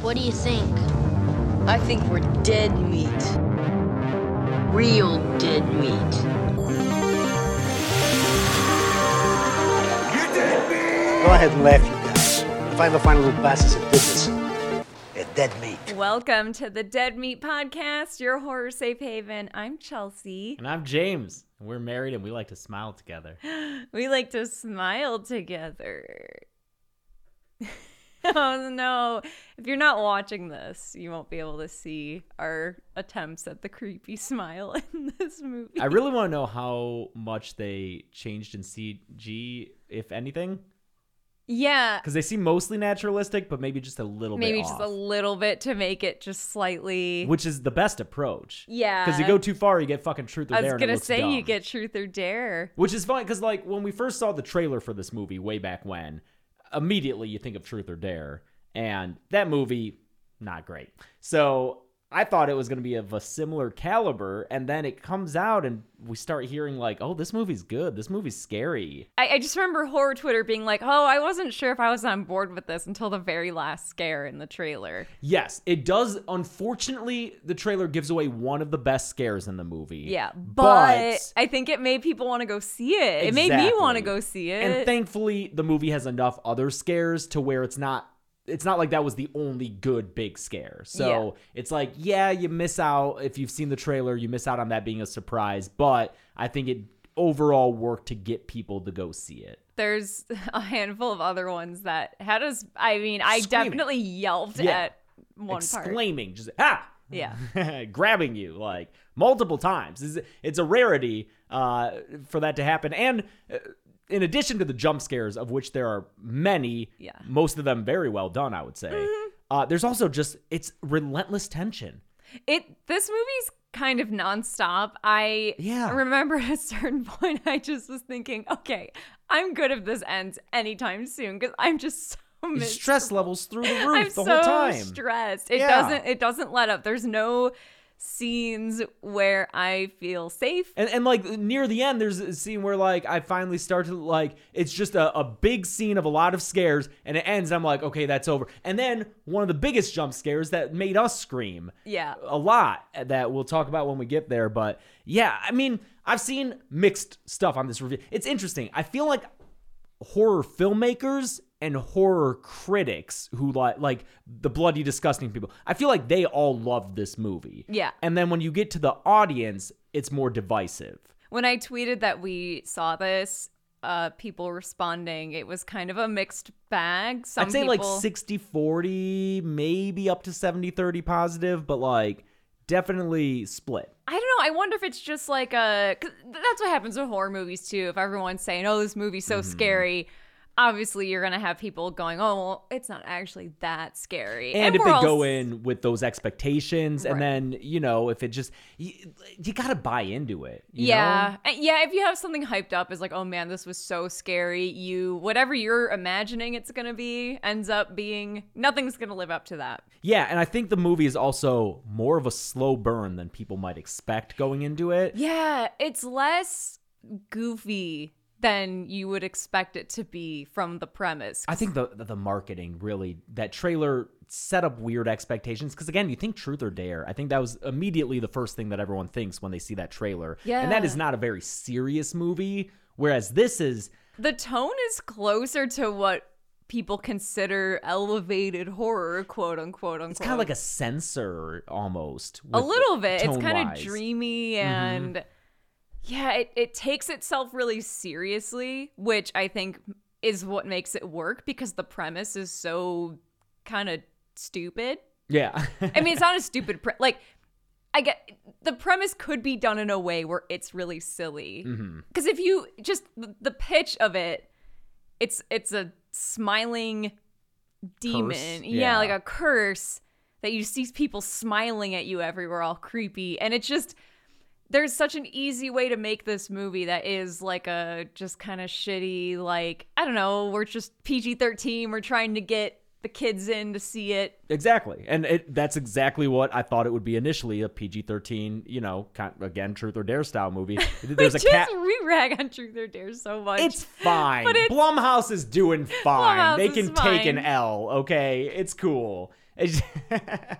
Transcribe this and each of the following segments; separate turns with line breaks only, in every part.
What do you think?
I think we're dead meat. Real dead meat.
Go ahead and laugh, you guys. If I ever find a little bastards that did this, they're dead meat.
Welcome to the Dead Meat Podcast, your horror safe haven. I'm Chelsea.
And I'm James. and We're married and we like to smile together.
We like to smile together. oh no. If you're not watching this, you won't be able to see our attempts at the creepy smile in this movie.
I really want to know how much they changed in CG, if anything,
yeah.
because they seem mostly naturalistic, but maybe just a little
Maybe
bit
just
off,
a little bit to make it just slightly.
which is the best approach.
Yeah.
because you go too far, you get fucking truth or
I was
dare. and it
gonna
looks
say you
dumb.
get truth or dare.
which is fine because like when we first saw the trailer for this movie way back when, immediately you think of Truth or Dare, and that movie not great. So I thought it was going to be of a similar caliber, and then it comes out and we start hearing like, oh, this movie's good, this movie's scary.
I, I just remember horror Twitter being like, "Oh, I wasn't sure if I was on board with this until the very last scare in the trailer."
Yes, it does. Unfortunately, the trailer gives away one of the best scares in the movie.
Yeah, but,
but
I think it made people want to go see it. It made me want to
Exactly.
go see it.
and thankfully the movie has enough other scares to where it's not it's not like that was the only good big scare so it's like yeah you miss out if you've seen the trailer you miss out on that being a surprise but i think it overall worked to get people to go see it
There's a handful of other ones that had us. I mean, I
Screaming.
definitely yelped
Yeah.
at one part.
exclaiming just ah
Yeah.
grabbing you like multiple times it's, it's a rarity uh, for that to happen and uh, in addition to the jump scares of which there are many
Yeah. Mm-hmm.
most of them very well done i would say uh, there's also just it's relentless tension
It this movie's kind of nonstop. I
Yeah.
remember at a certain point I just was thinking, okay, I'm good if this ends anytime soon because I'm just so
Your
mis-
stress levels through the roof
I'm
the
so
whole time
stressed. It
Yeah.
doesn't it doesn't let up. There's no scenes where I feel safe.
And, and like near the end, there's a scene where like I finally start to like it's just a, a big scene of a lot of scares, and it ends. I'm like, okay, that's over. And then one of the biggest jump scares that made us scream
Yeah.
a lot that we'll talk about when we get there. But yeah, I mean, I've seen mixed stuff on this review. It's interesting. I feel like horror filmmakers and horror critics who like like the bloody disgusting people. I feel like they all loved this movie.
Yeah.
And then when you get to the audience, it's more divisive.
When I tweeted that we saw this, uh people responding, it was kind of a mixed bag. Some
I'd say
people,
like 60 40, maybe up to 70 30 positive, but like definitely split.
I don't know. I wonder if it's just like a. 'cause That's what happens with horror movies too. If everyone's saying, "Oh, this movie's so
Mm-hmm.
scary," obviously you're gonna have people going, "Oh, well, it's not actually that scary."
and, if
we're
they
all
go
s-
in with those expectations
Right.
and then you know if it just you, you gotta buy into it you
yeah, Uh, yeah. If you have something hyped up as like, "Oh man, this was so scary," you whatever you're imagining it's gonna be ends up being nothing's gonna live up to that.
know? yeah and i think the movie is also more of a slow burn than people might expect going into it
Yeah, it's less goofy than you would expect it to be from the premise.
i think the the the marketing really that trailer set up weird expectations because again you think truth or dare i think that was immediately the first thing that everyone thinks when they see that trailer and that
Yeah.
is not a very serious movie whereas this is
the tone is closer to what people consider elevated horror, quote unquote. unquote.
it's kind of like a censor almost
a
with-
little bit. It's kind of
tone-wise. Mm-hmm.
dreamy and yeah, it, it takes itself really seriously, which I think is what makes it work because the premise is so kind of stupid.
yeah
I mean, it's not a stupid pre- like. I get the premise could be done in a way where it's really silly.
Mm-hmm.
Because if you just the the pitch of it, it's it's a smiling demon,
Curse?
Yeah.
Yeah.
like a curse that you see people smiling at you everywhere, all creepy, and it's just there's such an easy way to make this movie that is like a just kind of shitty, like I don't know, we're just PG thirteen, we're trying to get the kids in to see it.
Exactly. And it, that's exactly what I thought it would be initially a PG 13, you know, kind, again, truth or dare style movie. There's a
Just
cat.
we rag on Truth or Dare so much.
It's fine.
But it's-
Blumhouse is doing fine.
Blumhouse
they can
is
take an
fine.
L, okay? It's cool. It's-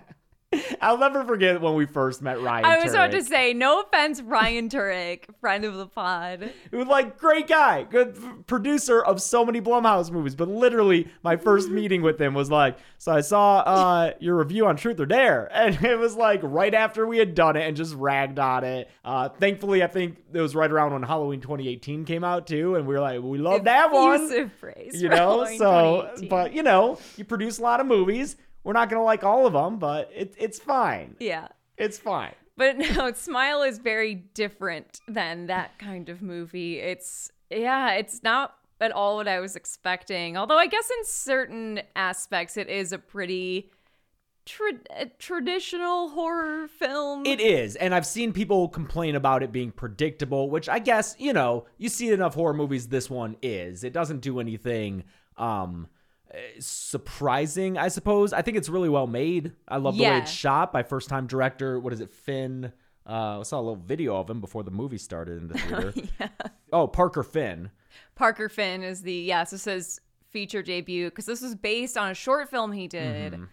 I'll never forget when we first met Ryan.
I was about
Turek.
to say, no offense, Ryan Turek, friend of the pod.
It was like great guy, good f- producer of so many Blumhouse movies. But literally, my first meeting with him was like, so I saw uh, your review on Truth or Dare, and it was like right after we had done it and just ragged on it. Uh, thankfully, I think it was right around when Halloween 2018 came out too, and we were like, we love that one,
Effusive phrase.
you
for
know.
Halloween
So,
2018.
but you know, you produce a lot of movies. We're not gonna like all of them, but it, it's fine.
yeah.
It's fine.
But no, Smile is very different than that kind of movie. It's yeah, it's not at all what I was expecting. Although I guess in certain aspects it is a pretty tra- a traditional horror film.
It is, and I've seen people complain about it being predictable, which I guess you know you see enough horror movies. This one is. It doesn't do anything um eh, surprising, I suppose. I think it's really well made. I love the way
Yeah.
it's shot by first time director. What is it, Finn? Uh, I saw a little video of him before the movie started in the theater. Oh, Parker Finn.
Parker Finn is the yeah, so it says feature debut because this was based on a short film he did.
Mm-hmm.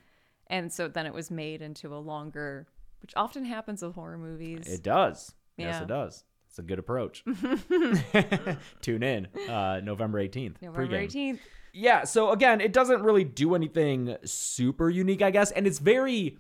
And so then it was made into a longer which often happens with horror movies.
It does. Yes,
Yeah.
it does. It's a good approach. Tune in uh, November 18th.
November
pregame.
18th.
Yeah, so again, it doesn't really do anything super unique, I guess, and it's very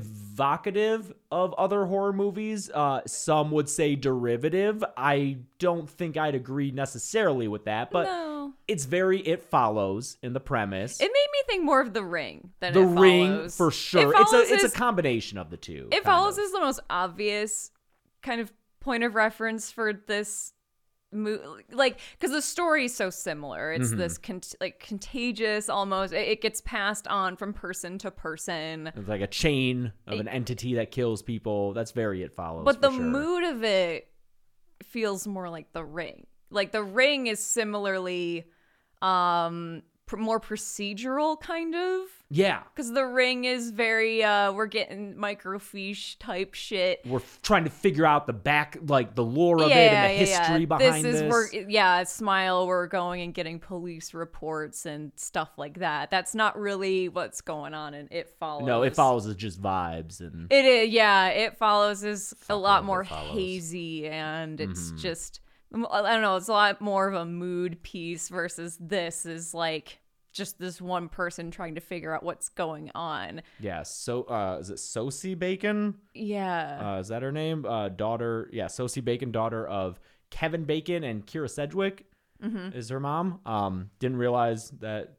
evocative of other horror movies. Uh, some would say derivative. I don't think I'd agree necessarily with that, but
no.
it's very it follows in the premise.
It made me think more of The Ring than
the
It
ring
Follows.
for
It
sure. it's a
Follows
it's
is-
a combination of the two.
It
kind
follows
of.
is the most obvious kind of point of reference for this movie, like because the story is so similar.
Mm-hmm.
It's this con- like contagious almost. It, it gets passed on from person to person.
It's like a chain of an entity that kills people. That's very it follows.
But
for
the
sure.
mood of it feels more like The Ring. Like The Ring is similarly um pr- more procedural kind of
yeah,
because the ring is very uh we're getting microfiche type shit
we're f- trying to figure out the back, like the lore of it and the history behind this.
is where yeah smile we're going and getting police reports and stuff like that that's not really what's going on and it follows
No, it follows is just vibes and
it is yeah it follows is a lot
love
more
It Follows. Mm-hmm.
hazy and it's just i don't know it's a lot more of a mood piece versus this is like just this one person trying to figure out what's going on
yeah. So uh, is it Sosie Bacon?
yeah
Uh, is that her name? Uh, daughter, yeah, Sosie Bacon, daughter of Kevin Bacon and Kira Sedgwick
Mm-hmm.
is her mom. Um, didn't realize that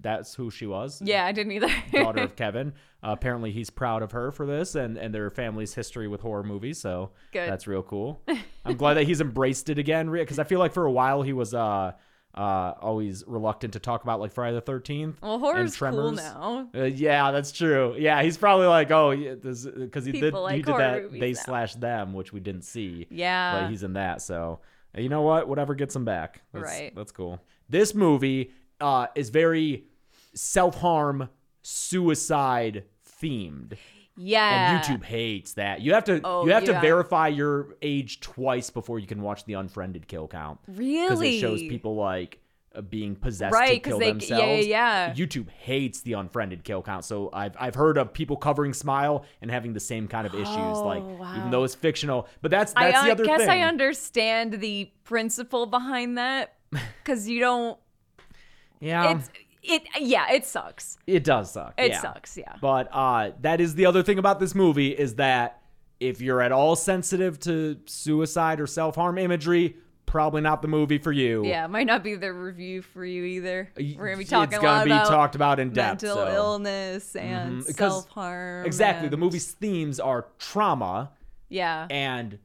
that's who she was.
yeah i didn't either
daughter of Kevin. Uh, apparently, he's proud of her for this and, and their family's history with horror movies. So
Good.
that's real cool. I'm glad that he's embraced it again because I feel like for a while he was uh, uh, always reluctant to talk about like Friday the 13th.
well
and
horror's cool
Tremors.
now
Uh, yeah, that's true. Yeah, he's probably like, oh, because he did
People like
he did
horror
that
movies
they
now.
slash them, which we didn't see.
Yeah.
but he's in that. So uh, you know what? Whatever gets him back. That's,
Right.
That's cool. This movie uh, is very self harm, suicide themed,
Yeah.
and YouTube hates that. You have to
Oh,
you have to
yeah.
verify your age twice before you can watch the unfriended kill count because
Really?
it shows people like uh, being possessed
Right, 'cause
to kill
they- yeah,
themselves.
yeah, yeah.
YouTube hates the unfriended kill count, so I've I've heard of people covering Smile and having the same kind of issues. like even though it's fictional, but that's that's
Oh, I
the
uh,
other
guess
thing.
I understand the principle behind that because you don't.
yeah,
It's it. Yeah, it sucks.
it does suck.
It
Um. yeah.
sucks. Yeah.
But uh, that is the other thing about this movie is that if you're at all sensitive to suicide or self harm imagery, probably not the movie for you.
Yeah, might not be the review for you either.
Y-
We're gonna be talking
it's
a
gonna
lot
be
about
talked about in depth.
mental
so.
illness and
Mhm, 'cause-
self harm.
Exactly. The movie's themes are trauma
Yeah.
and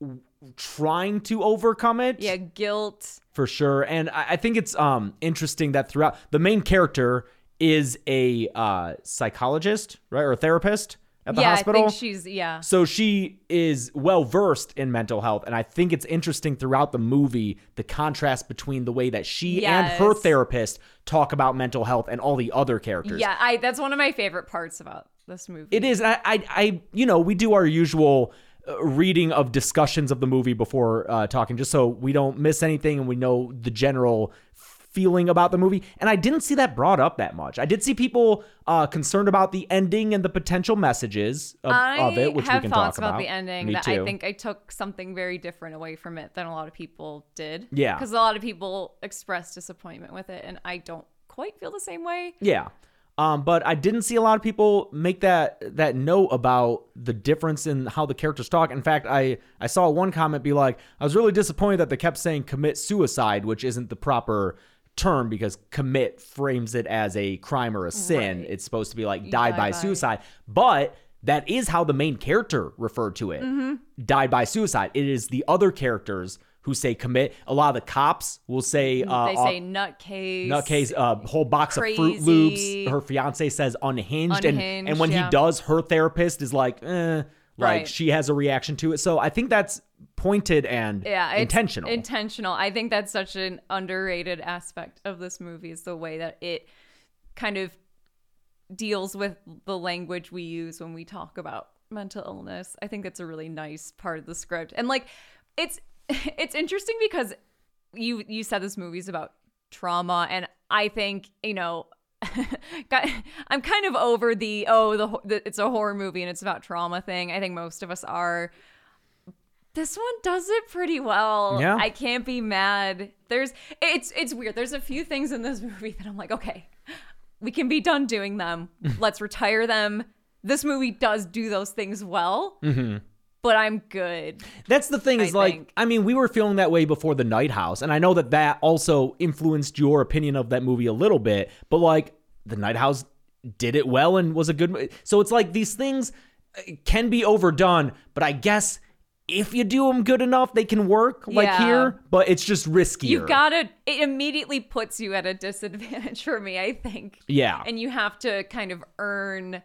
w- trying to overcome it
yeah. Guilt.
for sure. And I, I think it's um interesting that throughout the main character is a uh, psychologist, right, or a therapist. at the
yeah,
hospital.
I think she's yeah.
So she is well versed in mental health, and I think it's interesting throughout the movie the contrast between the way that she and her
Yes.
therapist talk about mental health and all the other characters.
Yeah, I that's one of my favorite parts about this movie.
It is. and I, I, I, you know, we do our usual uh, reading of discussions of the movie before uh, talking, just so we don't miss anything and we know the general feeling about the movie. And I didn't see that brought up that much. I did see people uh, concerned about the ending and the potential messages of,
I
of it, which
have
we can
thoughts
talk about.
the ending
Me
that I
too.
think I took something very different away from it than a lot of people did.
Yeah.
Because a lot of people expressed disappointment with it, and I don't quite feel the same way.
Yeah. Um, but I didn't see a lot of people make that that note about the difference in how the characters talk. In fact, I I saw one comment be like, "I was really disappointed that they kept saying commit suicide, which isn't the proper term because commit frames it as a crime or a sin. It's supposed to be like died
die
by,
by.
suicide, but that is how the main character referred to it.
Mm-hmm.
Died by suicide. It is the other characters who say commit. A lot of the cops will say uh,
they
off-
say nutcase.
nutcase, a whole box of Fruit
Crazy.
Loops. Her fiance says unhinged, and and
Unhinged,
when
yeah.
he does, her therapist is like, eh, like
Right.
she has a reaction to it. So I think that's pointed and
Yeah, it's
intentional.
Intentional. I think that's such an underrated aspect of this movie is the way that it kind of deals with the language we use when we talk about mental illness. I think that's a really nice part of the script. And like it's it's interesting because you you said this movie's about trauma and I think, you know, got- I'm kind of over the oh the, ho- the it's a horror movie and it's about trauma thing. I think most of us are this one does it pretty well.
Yeah.
I can't be mad. There's it's it's weird. There's a few things in this movie that I'm like, okay, we can be done doing them. Let's retire them. This movie does do those things well, but I'm good.
That's the thing is
I
like
think.
I mean we were feeling that way before the Night House, and I know that that also influenced your opinion of that movie a little bit. But like the Night House did it well and was a good. mo- So it's like these things uh, can be overdone, but I guess if you do them good enough, they can work. Like
Yeah.
here, but it's just riskier.
You've got to, it immediately puts you at a disadvantage for me, I think.
yeah.
And you have to kind of earn,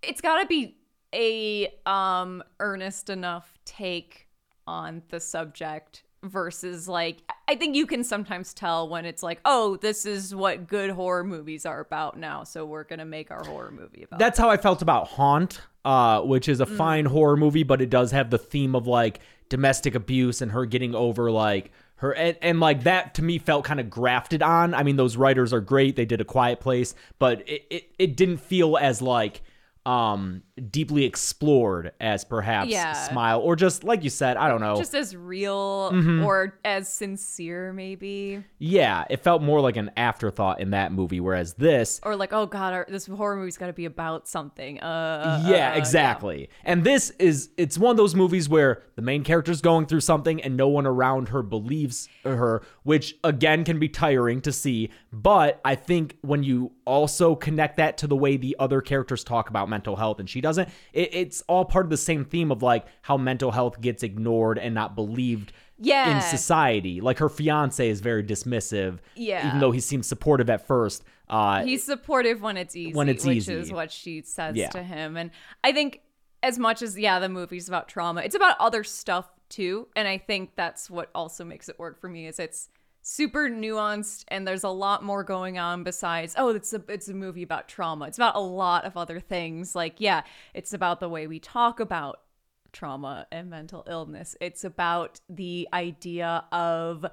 it's got to be a um earnest enough take on the subject versus like I think you can sometimes tell when it's like, oh, this is what good horror movies are about now, so we're gonna make our horror movie about.
That's how I felt about Haunt, uh, which is a
Mm.
fine horror movie, but it does have the theme of like domestic abuse and her getting over like her and, and like that to me felt kind of grafted on. I mean, those writers are great. They did a quiet place, but it it, it didn't feel as like um deeply explored as perhaps
Yeah.
smile or just like you said i don't know
just as real
Mm-hmm.
or as sincere maybe
yeah it felt more like an afterthought in that movie whereas this
or like oh god our, this horror movie's got to be about something uh
yeah, exactly. And this is it's one of those movies where the main character's going through something and no one around her believes her, which again can be tiring to see, but I think when you also connect that to the way the other characters talk about mental health and she doesn't, it, it's all part of the same theme of like how mental health gets ignored and not believed
Yeah.
in society. Like her fiance is very dismissive
Yeah.
even though he seems supportive at first. Uh
he's supportive when it's easy
When it's
which
easy.
is what she says
Yeah.
to him and i think as much as yeah the movie's about trauma it's about other stuff too and i think that's what also makes it work for me is it's super nuanced and there's a lot more going on besides oh it's a it's a movie about trauma it's about a lot of other things like yeah it's about the way we talk about trauma and mental illness it's about the idea of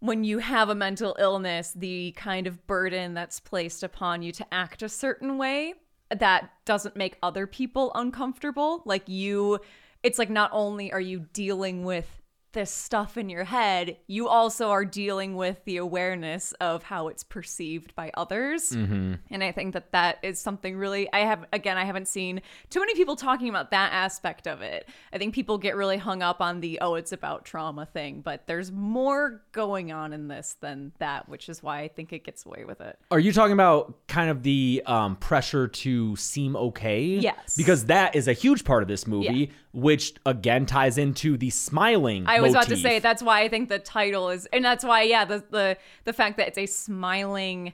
when you have a mental illness, the kind of burden that's placed upon you to act a certain way that doesn't make other people uncomfortable. Like you, it's like not only are you dealing with this stuff in your head, you also are dealing with the awareness of how it's perceived by others. And I think that that is something really I have again I haven't seen too many people talking about that aspect of it. I think people get really hung up on the oh it's about trauma thing, but there's more going on in this than that, which is why I think it gets away with it.
Are you talking about kind of the um, pressure to seem okay?
Yes.
Because that is a huge part of this movie, which again ties into the smiling.
I was about to
motif.
say that's why I think the title is and that's why yeah the the the fact that it's a uh, smiling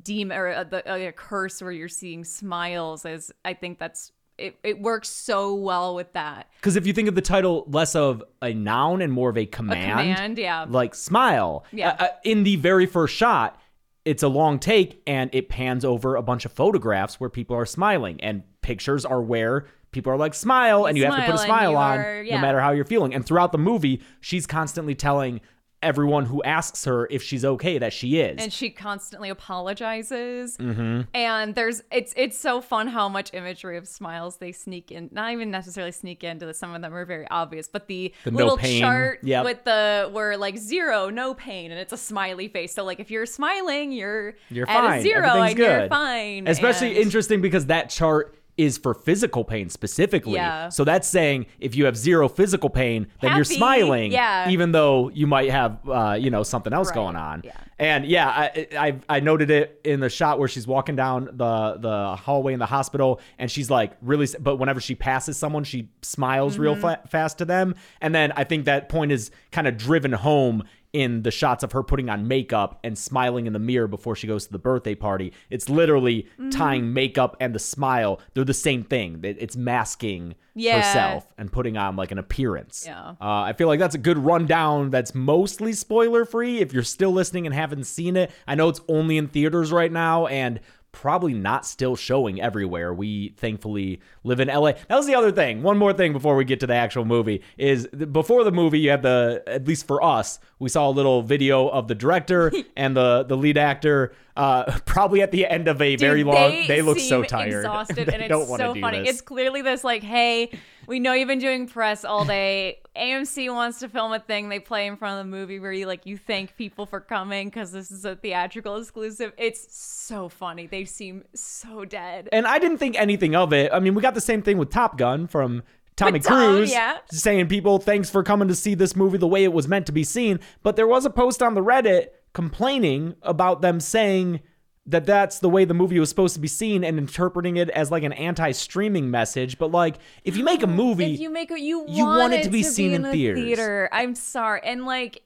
demon or a, the, a curse where you're seeing smiles is I think that's it, it works so well with that.
Because if you think of the title less of a noun and more of a command,
command, yeah.
like smile.
Yeah.
Uh, uh, in the very first shot, it's a long take and it pans over a bunch of photographs where people are smiling, and pictures are where people are like smile, and you have to put
Smile
a
and
smile
you
on
are-
no
yeah.
matter how you're feeling. And throughout the movie, she's constantly telling everyone who asks her if she's okay that she is.
And she constantly apologizes.
Mm-hmm.
And there's it's it's so fun how much imagery of smiles they sneak in. Not even necessarily sneak into this. Some of them are very obvious, but the,
The no
little
pain.
chart
Yep.
with the where like zero, no pain, and it's a smiley face. So like if you're smiling, you're
you're
at
fine.
a zero
Everything's
and
good.
you're fine.
Especially
and-
interesting because that chart is for physical pain specifically.
Yeah.
So that's saying if you have zero physical pain, then you're
Happy,
smiling,
yeah.
even though you might have uh, you know something else
Right,
going on.
yeah.
And yeah, I, I I noted it in the shot where she's walking down the the hallway in the hospital, and she's like really. s- But whenever she passes someone, she smiles real fa- fast to them. And then I think that point is kind of driven home in the shots of her putting on makeup and smiling in the mirror before she goes to the birthday party. It's literally tying makeup and the smile. They're the same thing. It- It's masking
Yeah.
herself and putting on like an appearance.
Yeah.
Uh, I feel like that's a good rundown that's mostly spoiler free. If you're still listening and haven't seen it, I know it's only in theaters right now and probably not still showing everywhere. We thankfully live in LA. That was the other thing. One more thing before we get to the actual movie is th- before the movie you have the at least for us, we saw a little video of the director and the the lead actor uh probably at the end of a
Dude,
very long they, look
seem
so tired.
exhausted
They
and it's
don't wanna
so
do
funny
this.
it's clearly this like hey we know you've been doing press all day amc wants to film a thing they play in front of the movie where you like you thank people for coming because this is a theatrical exclusive it's so funny they seem so dead
and I didn't think anything of it. I mean, we got the same thing with Top Gun from Tommy
With Tom,
Cruise
yeah.
saying, "People, thanks for coming to see this movie the way it was meant to be seen." But there was a post on the Reddit complaining about them saying that that's the way the movie was supposed to be seen and interpreting it as like an anti-streaming message. But like, if you make a movie,
if you make it you,
you want it to be seen in
the
theaters.
theater i'm sorry and like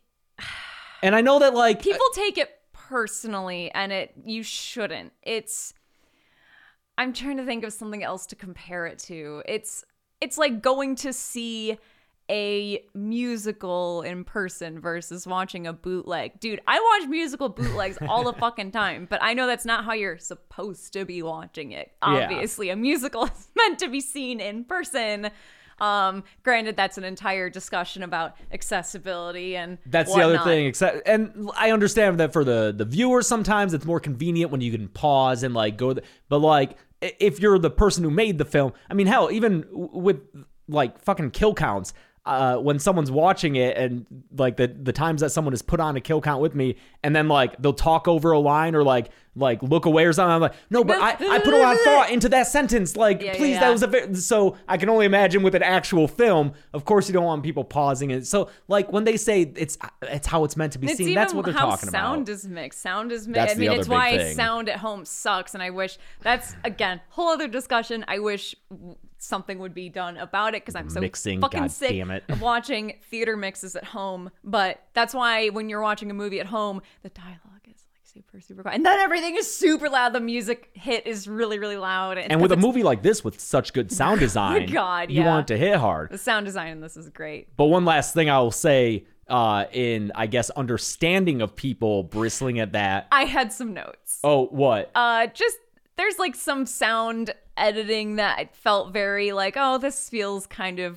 and I know that like
people take it personally and it you shouldn't it's i'm trying to think of something else to compare it to it's it's like going to see a musical in person versus watching a bootleg dude i watch musical bootlegs all the fucking time but i know that's not how you're supposed to be watching it
Yeah.
obviously a musical is meant to be seen in person um granted that's an entire discussion about accessibility and
That's the
whatnot.
other thing. Except, and I understand that for the the viewer, sometimes it's more convenient when you can pause and like go. th- But like, i- if you're the person who made the film, I mean, hell, even w- with like fucking kill counts. Uh, when someone's watching it and like the the times that someone has put on a kill count with me and then like they'll talk over a line or like like look away or something i'm like no but i i put a lot of thought into that sentence like
Yeah, yeah,
please that
yeah.
was a ve- so I can only imagine with an actual film. Of course, you don't want people pausing it. So, like when they say it's it's how it's meant to be
It's
seen,
even
that's what they're
how
talking
sound
about.
is mixed. Sound is mixed.
That's
I
the
mean,
other
it's
big
why
thing.
sound at home sucks, and I wish that's again whole other discussion. I wish w- something would be done about it because I'm so
Mixing,
fucking
God
sick
damn it.
of watching theater mixes at home. But that's why when you're watching a movie at home, the dialogue is like super super quiet, and then everything is super loud. The music hit is really really loud, it's
and with a
'cause it's-
movie like this with such good sound design,
God,
you
yeah.
want it to hit hard.
the sound design in this is great.
But one last thing I'll say uh, in I guess understanding of people bristling at that.
I had some notes.
Oh, what?
uh just there's like some sound editing that I felt very like oh this feels kind of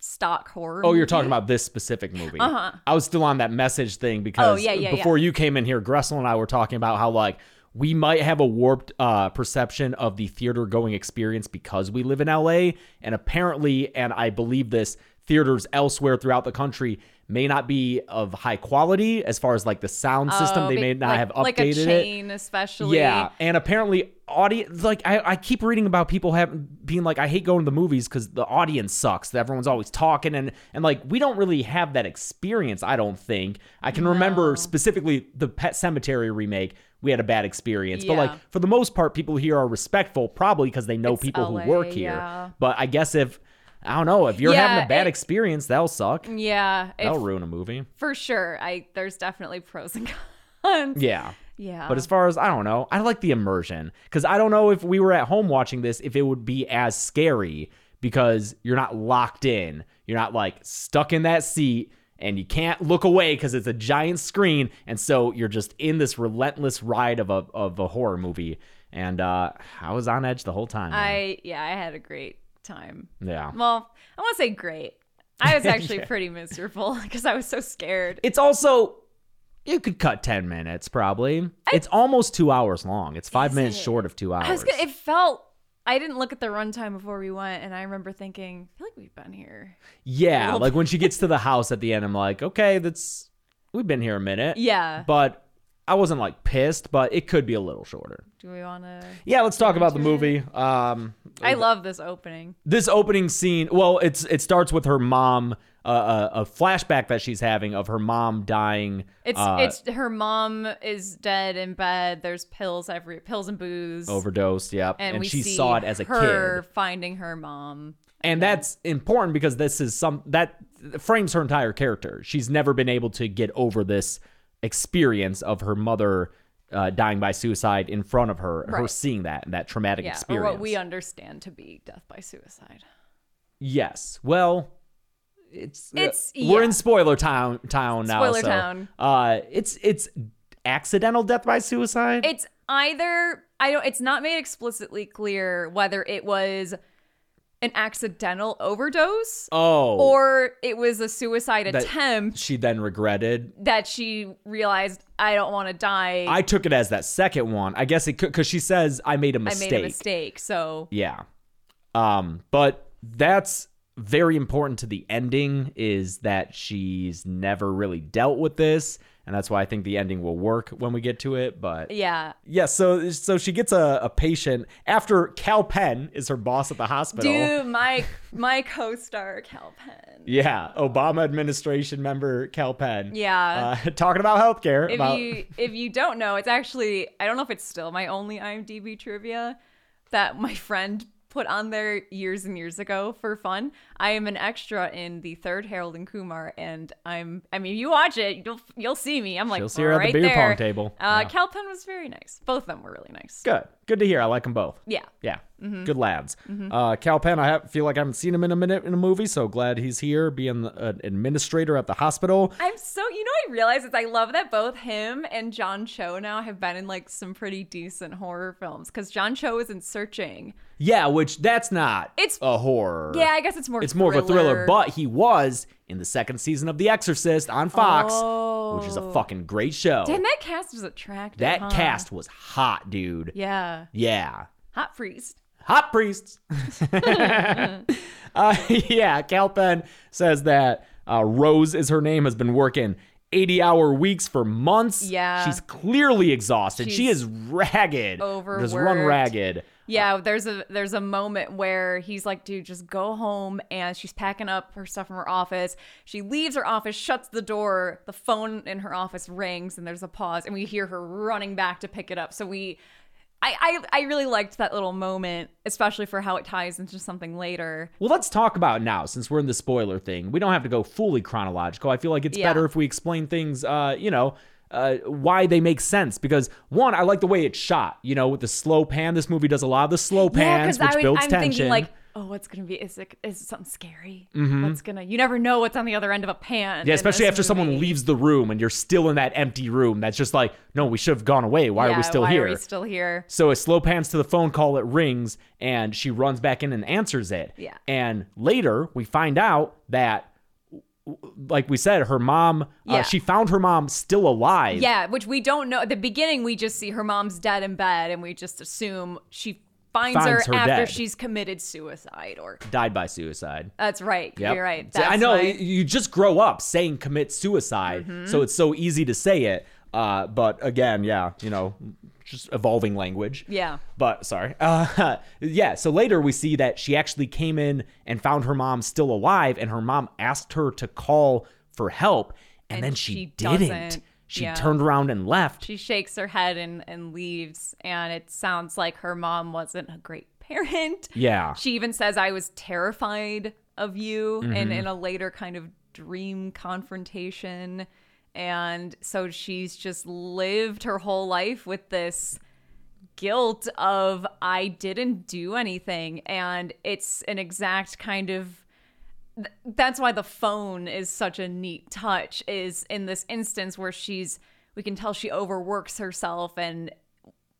stock horror
Oh, you're
movie.
talking about this specific movie. Uh-huh. I was still on that message thing because
Oh, yeah, yeah, yeah.
before you came in here, Gressel and I were talking about how like we might have a warped uh, perception of the theater going experience because we live in LA, and apparently, and I believe this, theaters elsewhere throughout the country may not be of high quality as far as like the sound system.
Oh,
They
be-
may not
like-
have updated
like a
it.
chain especially
Yeah, and apparently audience like I, I keep reading about people have being like I hate going to the movies because the audience sucks. that Everyone's always talking and and like we don't really have that experience. I don't think I can remember specifically the Pet Cemetery remake. We had a bad experience, but
Yeah.
like for the most part, people here are respectful, probably because they know
It's
people
LA,
who work here.
yeah.
But I guess if I don't know if you're having
Yeah,
a bad
it-
experience, that'll suck.
yeah if-
That'll ruin a movie.
for sure I there's definitely pros and cons
Yeah.
Yeah.
But as far as I don't know, I like the immersion because I don't know if we were at home watching this, if it would be as scary because you're not locked in. You're not like stuck in that seat and you can't look away because it's a giant screen. And so you're just in this relentless ride of a, of a horror movie. And uh, I was on edge the whole time. man.
I yeah, I had a great time.
yeah.
Well, I won't say great. I was actually pretty miserable because I was so scared.
It's also, you could cut 10 minutes probably. it's almost two hours long. It's five minutes short of two hours.
I was gonna, it felt I didn't look at the runtime before we went, and I remember thinking, I feel like we've been here.
Yeah, like when she gets to the house at the end, I'm like, okay, that's we've been here a minute.
Yeah.
But I wasn't like pissed, but it could be a little shorter.
Do we want to?
Yeah, let's talk about the movie. Um,
I love this opening.
this opening scene. Well, it's it starts with her mom, uh, uh, a flashback that she's having of her mom dying.
It's
uh,
it's her mom is dead in bed. There's pills every pills and booze.
overdosed. Yep,
and, we
she
see
saw it as a
her
kid,
finding her mom.
and that's important because this is some that frames her entire character. She's never been able to get over this experience of her mother uh, dying by suicide in front of her, her
Right.
seeing that that traumatic
Yeah,
experience.
or what we understand to be death by suicide.
yes. Well, it's uh,
It's-
we're
yeah.
in spoiler town town now.
Spoiler
so,
town.
Uh, it's it's accidental death by suicide.
It's either I don't. It's not made explicitly clear whether it was an accidental overdose
oh,
or it was a suicide
That-
attempt
she then regretted
that she realized I don't want to die.
I took it as that second one. I guess it could because she says I made a
I
mistake.
made a mistake. So
Yeah. Um, but that's very important to the ending is that she's never really dealt with this, and that's why I think the ending will work when we get to it. But
yeah,
yeah, so so she gets a, a patient after Cal Penn is her boss at the hospital.
do my my co-star Cal Penn.
Yeah, Obama administration member Cal Penn.
Yeah.
uh, talking about healthcare.
If
about,
you if you don't know, it's actually I don't know if it's still my only IMDb trivia that my friend put on there years and years ago for fun. I am an extra in the third Harold and Kumar, and I'm I mean, you watch it, you'll you'll see me. I'm like
She'll see her at the
right
beer pong
there.
table.
Uh,
Yeah.
Cal Penn was very nice. Both of them were really nice.
good, good to hear. I like them both.
Yeah. Mm-hmm.
Yeah, good lads. Uh, Cal Penn, I have, feel like I haven't seen him in a minute in a movie, so glad he's here, being an administrator at the hospital.
I'm so you know I realize is I love that both him and John Cho now have been in like some pretty decent horror films because John Cho is in Searching.
Yeah, which that's not
It's-
a horror.
Yeah, I guess it's more.
it's more of a thriller, but he was in the second season of The Exorcist on Fox, which is a fucking great show.
Oh. damn that cast was attractive.
that
huh?
cast was hot, dude.
Yeah,
yeah.
hot freeze.
hot priests. uh, yeah, Calpen says that uh, Rose is her name has been working 80 hour weeks for months.
Yeah.
She's clearly exhausted. she
She's
is ragged. Just run
overworked.
ragged.
Yeah, there's a there's a moment where he's like, dude, just go home and she's packing up her stuff from her office. She leaves her office, shuts the door, the phone in her office rings, and there's a pause, and we hear her running back to pick it up. So we I I, I really liked that little moment, especially for how it ties into something later.
Well, let's talk about it now since we're in the spoiler thing. We don't have to go fully chronological. I feel like it's
Yeah.
better if we explain things, uh, you know, uh, why they make sense. Because one, I like the way it's shot. You know, with the slow pan. This movie does a lot of the slow pans, which
I
builds
am
tension. Mm-hmm.
thinking like Oh, what's gonna be? Is it is it something scary? What's gonna? You never know what's on the other end of a pan.
Yeah,
in
especially
this
after someone
movie.
leaves the room and you're still in that empty room. That's just like, no, we should have gone away. Why are
Yeah,
we still
why
here?
Are we still here?
so it slow pans to the phone call. It rings, and she runs back in and answers it.
Yeah.
And later we find out that, like we said, her mom. Uh,
Yeah.
she found her mom still alive.
Yeah, which we don't know. At the beginning, we just see her mom's dead in bed, and we just assume she finds,
Finds
her,
her
after
dead.
she's committed suicide. Or
Died by suicide.
that's right.
Yep.
You're right.
So
That's
I know
my- Mm-hmm.
you just grow up saying commit suicide, so it's so easy to say it. Uh, but again, yeah, you know, just evolving language.
Yeah.
But sorry. Uh, yeah. So later we see that she actually came in and found her mom still alive, and her mom asked her to call for help, and,
And
then she,
she
didn't.
doesn't.
She
Yeah.
turned around and left.
she shakes her head and and leaves, and it sounds like her mom wasn't a great parent.
yeah.
She even says, "I was terrified of you," and in a later kind of dream confrontation. And so she's just lived her whole life with this guilt of I didn't do anything. And it's an exact kind of th- that's why the phone is such a neat touch is in this instance where she's we can tell she overworks herself and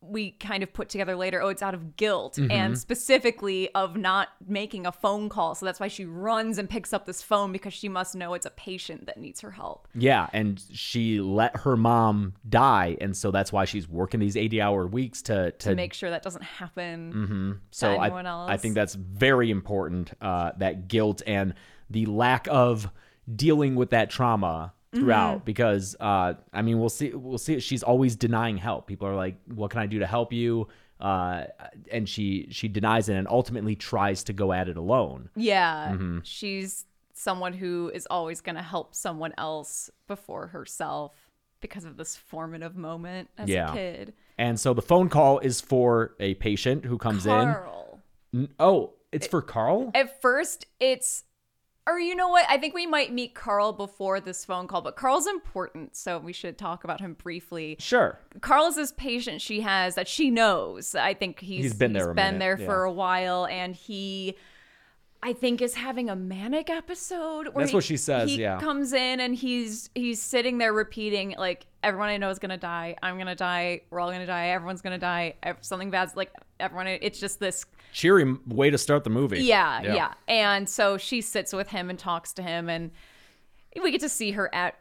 we kind of put together later oh it's out of guilt
Mm-hmm.
and specifically of not making a phone call so that's why she runs and picks up this phone because she must know it's a patient that needs her help
Yeah, and she let her mom die, and so that's why she's working these eighty-hour weeks to to,
make sure that doesn't happen
Mm-hmm. so
to
I,
anyone else.
I think that's very important. Uh, that guilt and the lack of dealing with that trauma throughout,
Mm-hmm.
because uh, I mean, we'll see. We'll see. She's always denying help. People are like, "What can I do to help you?" Uh, and she she denies it, and ultimately tries to go at it alone.
yeah
Mm-hmm.
she's someone who is always going to help someone else before herself because of this formative moment as
Yeah.
a kid
And so the phone call is for a patient who comes
Carl. Eh.
in. N- Oh, it's for Carl.
At first, it's. Or you know what? I think we might meet Carl before this phone call, but Carl's important, so we should talk about him briefly.
sure.
Carl is this patient she has that she knows. I think he's,
He's been there a
been
minute,
there
yeah.
for a while, and he, I think, is having a manic episode. where
That's what she says,
He
yeah.
comes in and he's he's sitting there repeating like, "Everyone I know is gonna die. I'm gonna die. We're all gonna die. Everyone's gonna die. Ev- Something bad's like everyone." It's just this
Cheery m- way to start the movie.
yeah, yeah, And so she sits with him and talks to him, and we get to see her at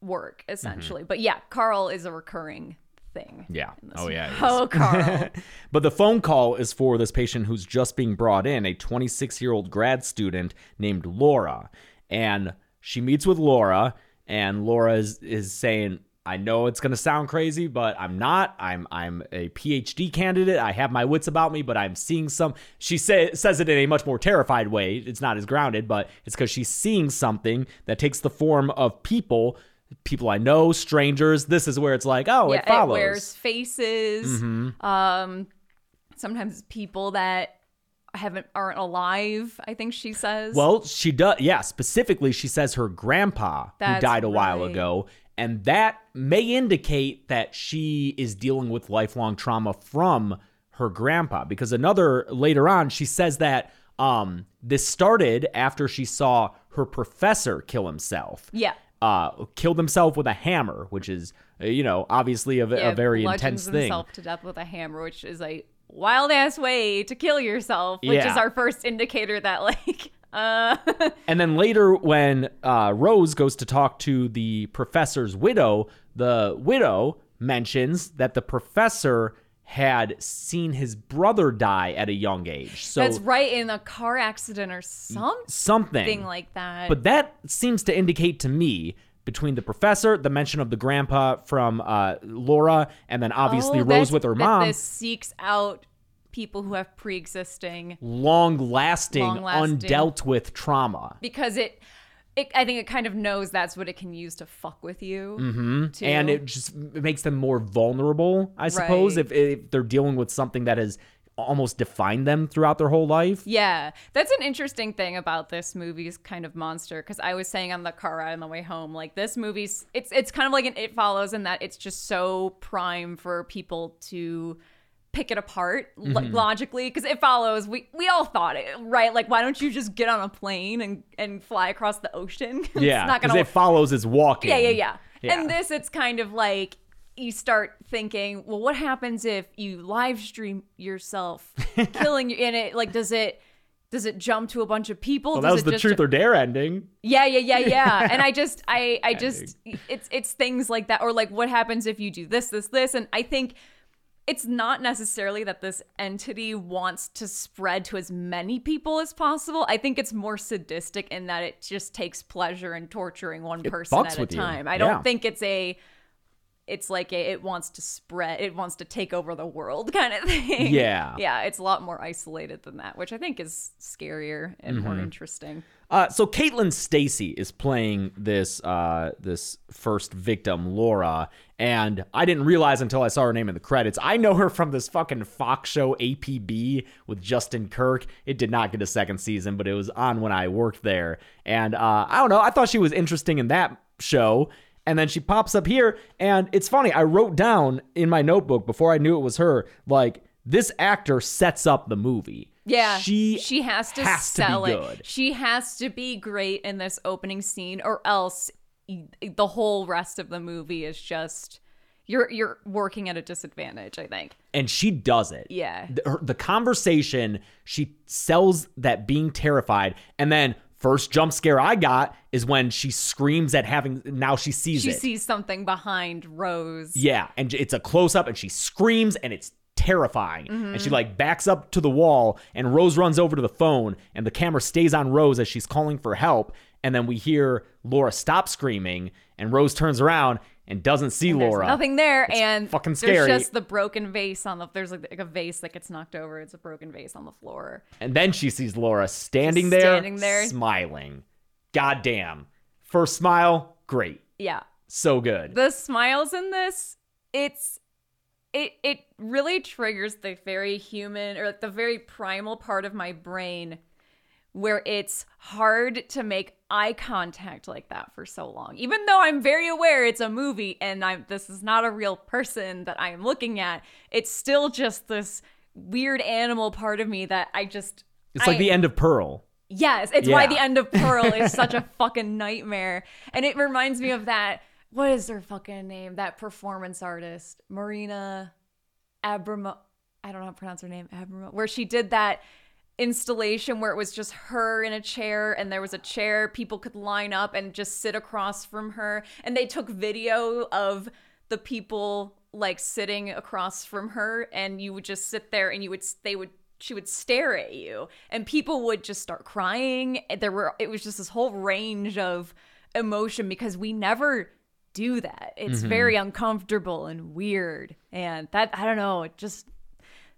work essentially. But yeah, Carl is a recurring thing.
Mm-hmm. Yeah. Oh yeah. it is.
Oh, Carl.
But the phone call is for this patient who's just being brought in, a 26 year old grad student named Laura. And she meets with Laura, and Laura is, is saying, I know it's gonna sound crazy, but I'm not. I'm I'm a PhD candidate. I have my wits about me, but I'm seeing some. She say, says it in a much more terrified way. It's not as grounded, but it's because she's seeing something that takes the form of people, people I know, strangers. This is where it's like, oh,
yeah,
it follows. Mm-hmm.
wears faces. Um, sometimes it's people that haven't aren't alive. I think she says.
Well, she does. Yeah, specifically, she says her grandpa who
That's
died a while
right.
ago, and that may indicate that she is dealing with lifelong trauma from her grandpa. Because another later on, she says that um, this started after she saw her professor kill himself.
yeah.
Uh, killed himself with a hammer, which is, uh, you know, obviously a, v- a
Yeah,
very
bludgeons
intense thing.
himself to death with a hammer, which is a wild ass way to kill yourself, which
Yeah.
is our first indicator that like, uh,
And then later, when uh, Rose goes to talk to the professor's widow, the widow mentions that the professor had seen his brother die at a young age. So
That's right, in a car accident or something
something.
like that.
but that seems to indicate to me between the professor, the mention of the grandpa from uh, Laura, and then obviously
Oh,
Rose
that's-
with her
that
mom,
This seeks out people who have pre-existing
long-lasting,
Long-lasting.
undealt with trauma.
because it, it. I think it kind of knows that's what it can use to fuck with you. Mm-hmm. Too.
and it just it makes them more vulnerable i suppose
Right.
if, if they're dealing with something that has almost defined them throughout their whole life
Yeah, that's an interesting thing about this movie's kind of monster. Because I was saying on the car ride on the way home, like this movie's, it's it's kind of like an It Follows in that it's just so prime for people to pick it apart lo- logically. Because It Follows, we we all thought it, right? Like, why don't you just get on a plane and and fly across the ocean? it's
yeah
not
because
gonna.
it follows is walking
yeah, yeah, yeah,
Yeah.
And this, it's kind of like. You start thinking, well, what happens if you live stream yourself killing you? And it like, does it does it jump to a bunch of people?
well,
Does
that was
it
the
just-
truth or dare ending
yeah, yeah, yeah, yeah. and I just, I, I just, it's, it's things like that, or like what happens if you do this, this, this, and I think it's not necessarily that this entity wants to spread to as many people as possible. I think it's more sadistic in that it just takes pleasure in torturing one person
fucks
at a
with you.
time. I
Yeah.
don't think it's a. It's like a, it wants to spread, it wants to take over the world kind of thing.
Yeah.
Yeah. It's a lot more isolated than that, which I think is scarier and
Mm-hmm.
more interesting.
Uh, so Caitlin Stacy is playing this uh, this first victim, Laura, and I didn't realize until I saw her name in the credits. I know her from this fucking Fox show APB with Justin Kirk. It did not get a second season, but it was on when I worked there, and uh, I don't know. I thought she was interesting in that show. And then she pops up here, and it's funny. I wrote down in my notebook before I knew it was her, like this actor sets up the movie.
Yeah,
she
she has to
has to be
sell it.
good.
She has to be great in this opening scene, or else y- the whole rest of the movie is just you're you're working at a disadvantage. I think.
and she does it.
Yeah.
The, her- the conversation, she sells that being terrified, and then first jump scare I got is when she screams at having. Now she sees
She
it.
sees something behind Rose.
yeah, and it's a close up, and she screams, and it's terrifying. And she like backs up to the wall, and Rose runs over to the phone, and the camera stays on Rose as she's calling for help, and then we hear Laura stop screaming, and Rose turns around and doesn't see
There's
Laura.
nothing there, and
fucking
There's
scary.
just the broken vase on the. There's like, like a vase that gets knocked over. It's a broken vase on the floor.
And then she sees Laura standing
Just
there,
standing there.
smiling. Goddamn. First smile, great.
Yeah,
So good.
the smiles in this it's it it really triggers the very human or like the very primal part of my brain where it's hard to make eye contact like that for so long even though i'm very aware it's a movie and i'm this is not a real person that i'm looking at it's still just this weird animal part of me that i just
it's like
I-
the end of Pearl.
Yes, it's why
Yeah.
the end of Pearl is such a fucking nightmare. And it reminds me of that. What is her fucking name? That performance artist, Marina Abramo. I don't know how to pronounce her name. Abramo, where she did that installation where it was just her in a chair and there was a chair people could line up and just sit across from her and they took video of the people like sitting across from her and you would just sit there and you would they would she would stare at you and people would just start crying there were it was just this whole range of emotion because we never do that it's
Mm-hmm.
very uncomfortable and weird and that i don't know it just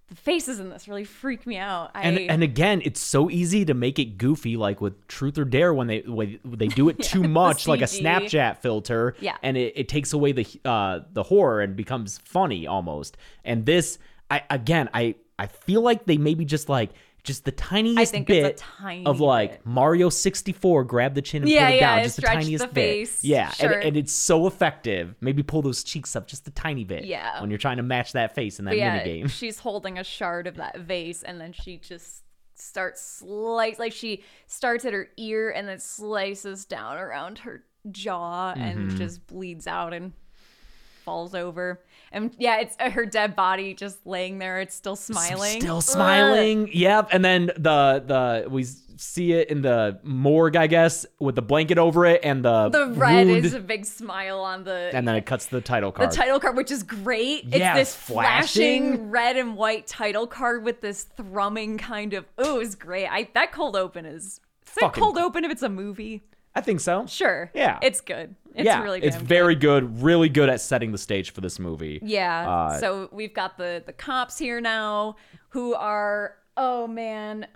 the faces in this really freak me out I,
And and again, it's so easy to make it goofy, like with Truth or Dare when they when they do it too much, like a
CG.
Snapchat filter.
Yeah.
and it, it takes away the uh, the horror and becomes funny almost. And this, I again, I I feel like they maybe just like just the tiniest
think it's a
bit
tiny
of like Mario sixty four, grab the chin and
Yeah,
put it
yeah,
down, just the
stretch
tiniest
the
bit.
face,
Yeah,
sure.
and, and it's so effective. Maybe pull those cheeks up just a tiny bit.
Yeah.
when you're trying to match that face in that
But yeah,
minigame. mini game.
she's holding a shard of that vase, and then she just starts slice like she starts at her ear and then slices down around her jaw
Mm-hmm.
and just bleeds out and falls over. And yeah, it's uh, her dead body just laying there. It's still smiling.
Still
Ugh.
smiling. Yep. And then the the we s- see it in the morgue, I guess, with the blanket over it and the
The red
wound,
is a big smile on the
and then it cuts to the title
the
card.
title card, which is great.
Yeah,
it's this
flashing.
flashing. red and white title card with this thrumming kind of. Oh, it's great. I that cold open is. Is that
Fucking
cold
cool.
open if it's a movie?
I think so.
Sure.
Yeah.
It's good. It's
yeah,
really good.
it's very good, really good at setting the stage for this movie.
Yeah.
Uh,
so we've got the the cops here now, who are oh man,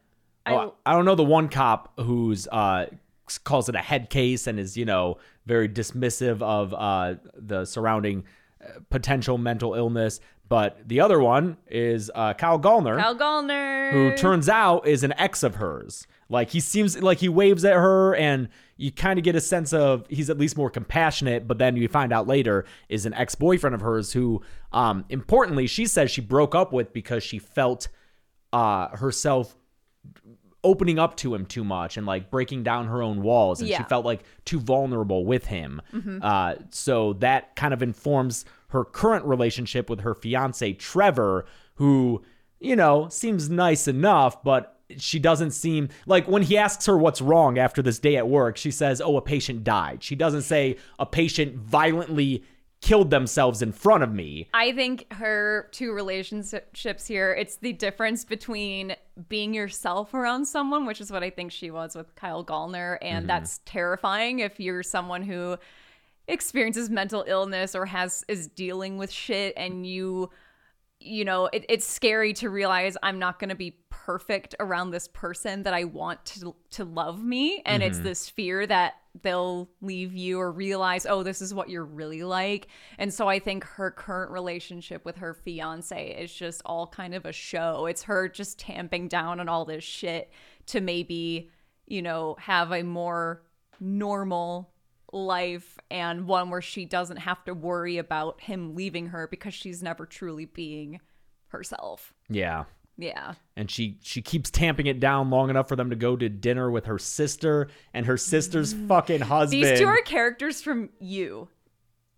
I
Oh, I don't know the one cop who's uh s- calls it a head case and is you know very dismissive of uh the surrounding uh, potential mental illness, but the other one is uh Kyle Gallner.
Al Gallner
who turns out is an ex of hers. Like he seems like he waves at her, and you kind of get a sense of he's at least more compassionate. But then you find out later is an ex boyfriend of hers who, um, importantly, she says she broke up with because she felt uh, herself opening up to him too much and like breaking down her own walls and she
Yeah.
felt like too vulnerable with him uh, so that kind of informs her current relationship with her fiance trevor who you know seems nice enough but she doesn't seem like when he asks her what's wrong after this day at work she says oh a patient died she doesn't say a patient violently killed themselves in front of me
I think her two relationships here, it's the difference between being yourself around someone, which is what I think she was with Kyle Gallner, and that's terrifying if you're someone who experiences mental illness or has is dealing with shit and you you know, it, it's scary to realize I'm not going to be perfect around this person that I want to to love me, and it's this fear that they'll leave you or realize, oh, this is what you're really like. And so I think her current relationship with her fiance is just all kind of a show. It's her just tamping down on all this shit to maybe, you know, have a more normal life and one where she doesn't have to worry about him leaving her because she's never truly being herself.
Yeah.
Yeah.
and she she keeps tamping it down long enough for them to go to dinner with her sister and her sister's fucking husband.
Mm. These two are characters from you.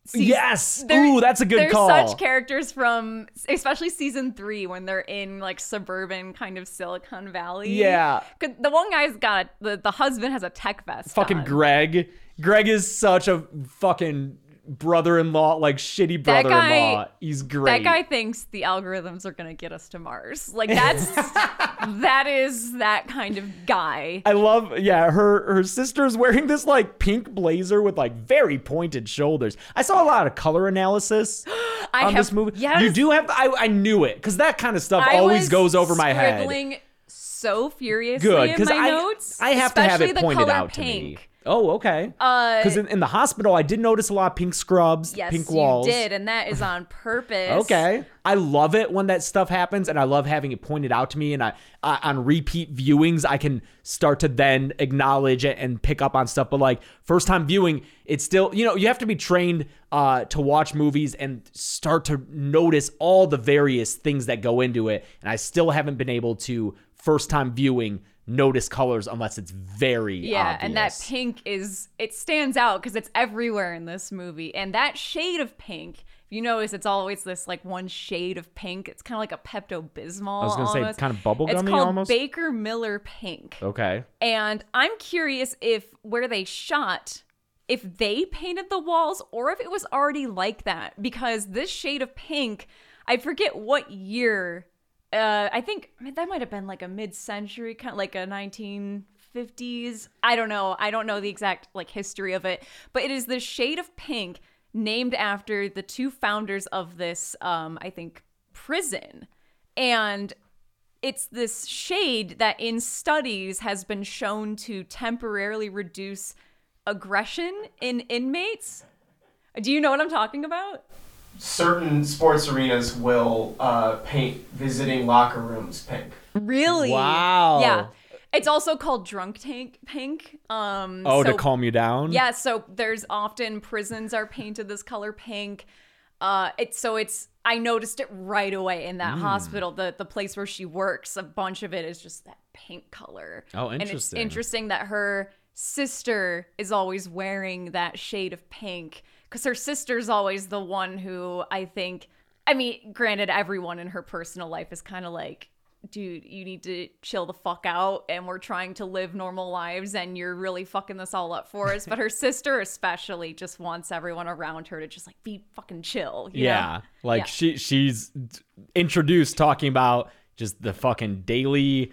Seas-
yes.
they're-
Ooh, that's a good
they're
call.
such characters from, especially season three, when they're in like suburban kind of Silicon Valley.
Yeah.
'Cause the one guy's got the the husband has a tech vest.
fucking
on.
Greg. Greg is such a fucking brother-in-law, like shitty
That guy-
brother-in-law. He's
That
great.
guy thinks the algorithms are gonna get us to Mars. Like that's that is that kind of guy.
I love, yeah. Her her sister's wearing this like pink blazer with like very pointed shoulders. I saw a lot of color analysis
I
on
have
this movie.
Yes,
You do have. I I knew it because that kind of stuff
I
always
was
goes over my head.
scribbling So furiously
good
in
because
my
I
notes.
I have to have
especially
it
the
pointed
color
out
pink.
to me. Oh, okay.
Uh,
Because in, in the hospital, I did notice a lot of pink scrubs,
Yes,
pink walls.
you did, and that is on purpose.
Okay, I love it when that stuff happens, and I love having it pointed out to me. And I, I on repeat viewings, I can start to then acknowledge it and pick up on stuff. But like first time viewing, it's still you know you have to be trained uh, to watch movies and start to notice all the various things that go into it. And I still haven't been able to first time viewing notice colors unless it's very
Yeah, and that
obvious.
pink is it stands out because it's everywhere in this movie, and that shade of pink. If you notice, it's always this like one shade of pink. It's kind of like a Pepto Bismol.
I was gonna say, kind of bubblegum-y
It's called
almost?
Baker Miller pink.
okay.
And I'm curious if where they shot, if they painted the walls or if it was already like that. Because this shade of pink, I forget what year. Uh, I think I mean, that might have been like a mid-century kind of like a 1950s. I don't know. I don't know the exact like history of it, but it is this shade of pink named after the two founders of this, um, I think, prison. And it's this shade that in studies has been shown to temporarily reduce aggression in inmates. Do you know what I'm talking about?
certain sports arenas will uh, paint visiting locker rooms pink.
Really?
Wow.
Yeah. It's also called drunk tank pink. Um
Oh, to
so-
calm you down.
Yeah, so there's often prisons are painted this color pink. Uh, it's so it's I noticed it right away in
Hmm.
that hospital, the the place where she works. A bunch of it is just that pink color.
Oh,
And it's
interesting.
interesting that her sister is always wearing that shade of pink because her sister's always the one who I think. I mean, granted, everyone in her personal life is kind of like. Dude, you need to chill the fuck out, and we're trying to live normal lives, and you're really fucking this all up for us. But her sister, especially, just wants everyone around her to just like be fucking chill. you know?
Yeah. Like
Yeah.
she she's introduced talking about just the fucking daily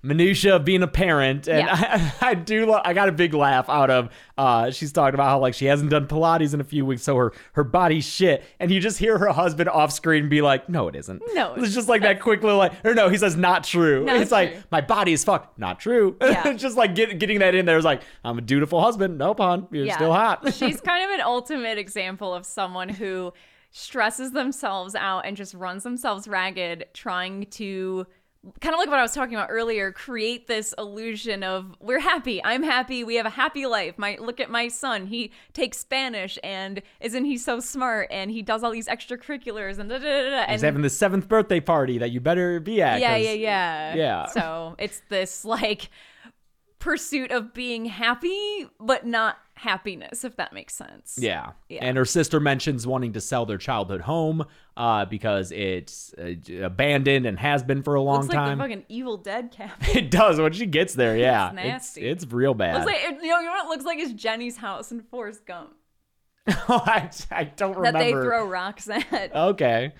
minutia of being a parent and
Yeah.
I, I do lo- I got a big laugh out of uh she's talking about how like she hasn't done pilates in a few weeks so her her body's shit and you just hear her husband off screen be like no it isn't
No,
it's just like that quick little like or no he says not true
Not
it's
true.
like my body is fucked not true
Yeah.
just like get, getting that in there is like I'm a dutiful husband nope hon you're still hot
She's kind of an ultimate example of someone who stresses themselves out and just runs themselves ragged trying to kind of like what I was talking about earlier create this illusion of we're happy I'm happy we have a happy life my look at my son he takes Spanish and isn't he so smart and he does all these extracurriculars and da da da da and
He's having the seventh birthday party that you better be at.
yeah
'cause-
yeah yeah
Yeah.
so it's this like pursuit of being happy but not happiness if that makes sense
Yeah.
Yeah.
And her sister mentions wanting to sell their childhood home uh, because it's uh, j- abandoned and has been for a long
Looks
time.
like the fucking Evil Dead cabin.
it does when she gets there. Yeah.
nasty.
It's, it's real bad.
Looks like you know, you know what it looks like is Jenny's house in Forrest Gump
Oh, I, I don't
that
remember.
they throw rocks at.
Okay.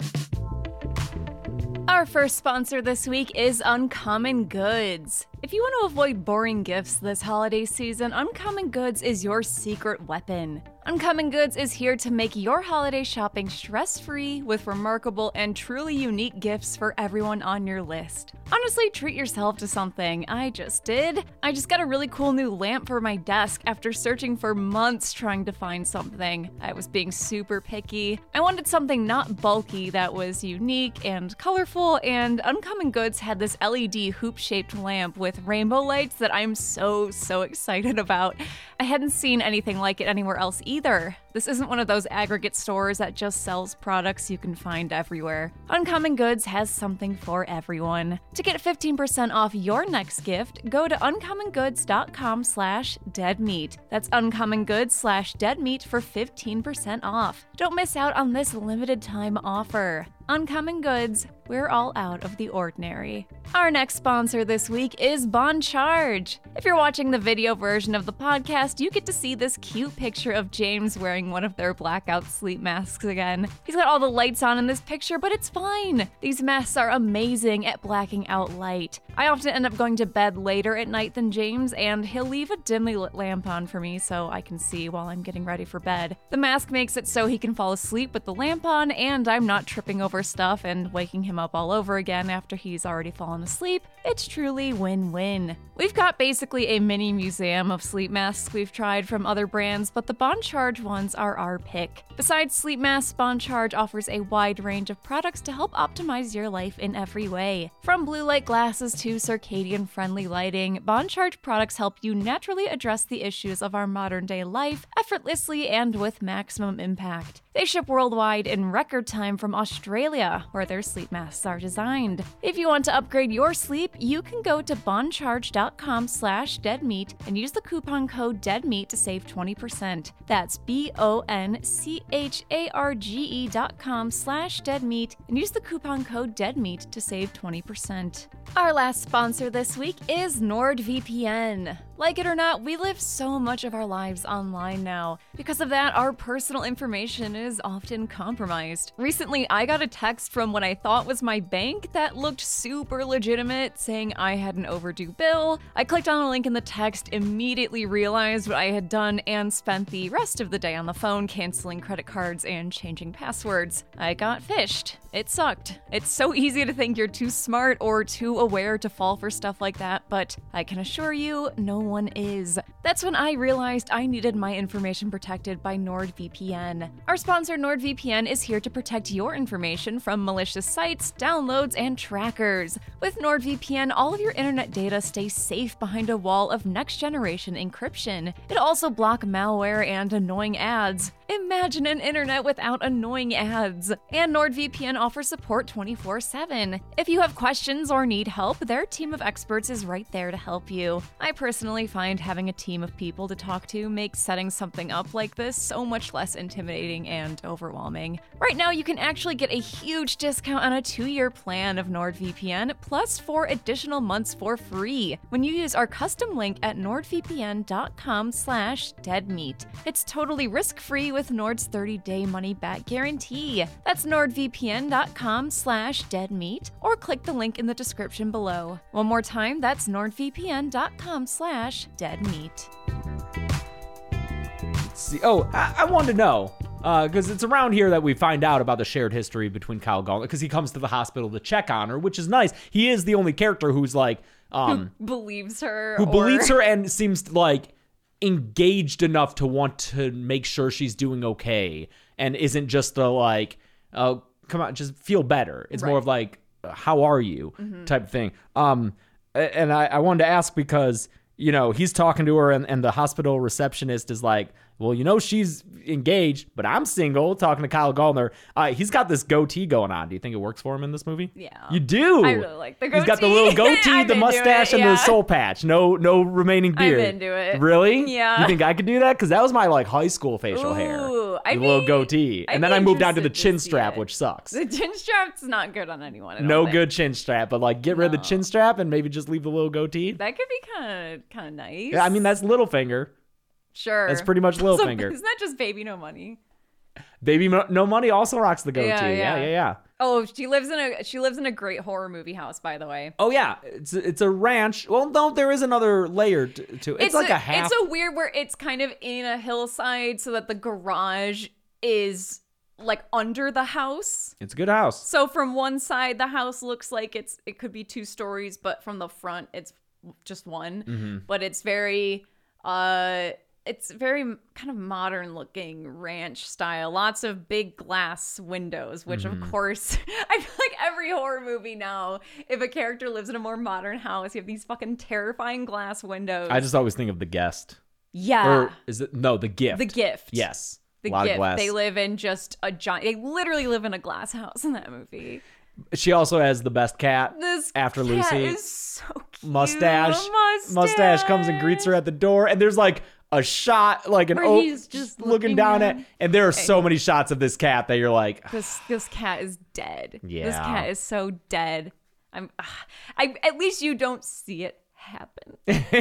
Our first sponsor this week is Uncommon Goods. If you want to avoid boring gifts this holiday season, Uncommon Goods is your secret weapon. Uncommon Goods is here to make your holiday shopping stress free with remarkable and truly unique gifts for everyone on your list. Honestly, treat yourself to something. I just did. I just got a really cool new lamp for my desk after searching for months trying to find something. I was being super picky. I wanted something not bulky that was unique and colorful, and Uncommon Goods had this LED hoop shaped lamp with rainbow lights that I'm so, so excited about. I hadn't seen anything like it anywhere else either. This isn't one of those aggregate stores that just sells products you can find everywhere. Uncommon Goods has something for everyone. To get 15% off your next gift, go to uncommongoods.com slash deadmeat. That's uncommongoods slash deadmeat for 15% off. Don't miss out on this limited time offer. Uncommon Goods, we're all out of the ordinary. Our next sponsor this week is Bon Charge. If you're watching the video version of the podcast, you get to see this cute picture of James wearing one of their blackout sleep masks again. He's got all the lights on in this picture, but it's fine. These masks are amazing at blacking out light. I often end up going to bed later at night than James, and he'll leave a dimly lit lamp on for me so I can see while I'm getting ready for bed. The mask makes it so he can fall asleep with the lamp on, and I'm not tripping over stuff and waking him up all over again after he's already fallen asleep. It's truly win win. We've got basically a mini museum of sleep masks we've tried from other brands, but the Bond Charge ones are our pick. Besides sleep masks, Bond Charge offers a wide range of products to help optimize your life in every way. From blue light glasses to circadian friendly lighting, Bond Charge products help you naturally address the issues of our modern day life effortlessly and with maximum impact. They ship worldwide in record time from Australia, where their sleep masks are designed. If you want to upgrade your sleep, you can go to bondcharge.com slash deadmeat and use the coupon code deadmeat to save 20%. That's B-O-N-C-H-A-R-G-E E dot com slash deadmeat and use the coupon code deadmeat to save 20%. Our last sponsor this week is NordVPN. Like it or not, we live so much of our lives online now. Because of that, our personal information is often compromised. Recently, I got a text from what I thought was my bank that looked super legitimate saying I had an overdue bill. I clicked on a link in the text, immediately realized what I had done, and spent the rest of the day on the phone canceling credit cards and changing passwords. I got fished. It sucked. It's so easy to think you're too smart or too aware to fall for stuff like that, but I can assure you, no one is. That's when I realized I needed my information protected by NordVPN. Our sponsor, NordVPN, is here to protect your information from malicious sites, downloads, and trackers. With NordVPN, all of your internet data stays safe behind a wall of next generation encryption. It also blocks malware and annoying ads. Imagine an internet without annoying ads. And NordVPN offers support 24 7. If you have questions or need help, their team of experts is right there to help you. I personally find having a team of people to talk to makes setting something up like this so much less intimidating and overwhelming. Right now, you can actually get a huge discount on a two year plan of NordVPN plus four additional months for free when you use our custom link at nordvpn.com slash deadmeat. It's totally risk free with Nord's 30 day money back guarantee. That's nordvpn.com slash deadmeat or click the link in the description below. One more time, that's nordvpn.com slash deadmeat.
See, oh, I, I wanted to know because it's around here that we find out about the shared history between Kyle Gauntlet because he comes to the hospital to check on her, which is nice. He is the only character who's like um,
Believes her.
who
or-
believes her and seems like engaged enough to want to make sure she's doing okay and isn't just the like oh come on just feel better it's more of like how are you
Mm-hmm.
type thing um a- and I, I wanted to ask because you know he's talking to her and, and the hospital receptionist is like well you know she's engaged but i'm single talking to kyle gallner uh, he's got this goatee going on do you think it works for him in this movie
Yeah.
you do
I really like the
he's got the
goatee.
little goatee
I'm
the
into
mustache
it,
and the
yeah.
soul patch no no remaining
I'm
beard
into it.
really
Yeah.
you think i could do that because that was my like high school facial hair
Ooh, I'd
The little
be-
goatee
I'd
and then
be
i moved down to the
interested to
chin
see
strap
it.
which sucks
The chin strap's not good on anyone. I don't
no
think.
good chin strap but like get rid of the chin strap and maybe just leave the little goatee
That could be kind of kind of nice.
Yeah, i mean that's Littlefinger.
sure.
that's pretty much
So-
Littlefinger.
Isn't that just baby no money?
Baby Mo- No Money also rocks the goatee.
Yeah,
Yeah, yeah,
yeah.
yeah.
Oh, she lives in a she lives in a great horror movie house, by the way.
Oh yeah, it's it's a ranch. Well, no, there is another layer to, to it. It's, like a, half.
It's a weird where it's kind of in a hillside, so that the garage is like under the house.
it's a good house.
So from one side, the house looks like it's it could be two stories, but from the front, it's just one.
Mm-hmm.
But it's very, uh, it's very m- kind of modern looking ranch style. Lots of big glass windows, which
Mm-hmm.
of course, I feel like every horror movie now, if a character lives in a more modern house, you have these fucking terrifying glass windows.
I just always think of the guest.
yeah,
Or is it no the gift?
Ah. the gift.
Yes.
The
a lot
gift.
of glass.
They live in just a giant. They literally live in a glass house in that movie.
she also has the best cat.
this
after
cat
Lucy.
is so cute.
mustache,
mustache
comes and greets her at the door, and there's like a shot, like an
Where
oh,
he's just
looking
looking
down
at-
at, and there are so many shots of this cat that you're like,
This this cat is dead. this
Yeah.
cat is so dead. I'm. ah, I at least you don't see it happen.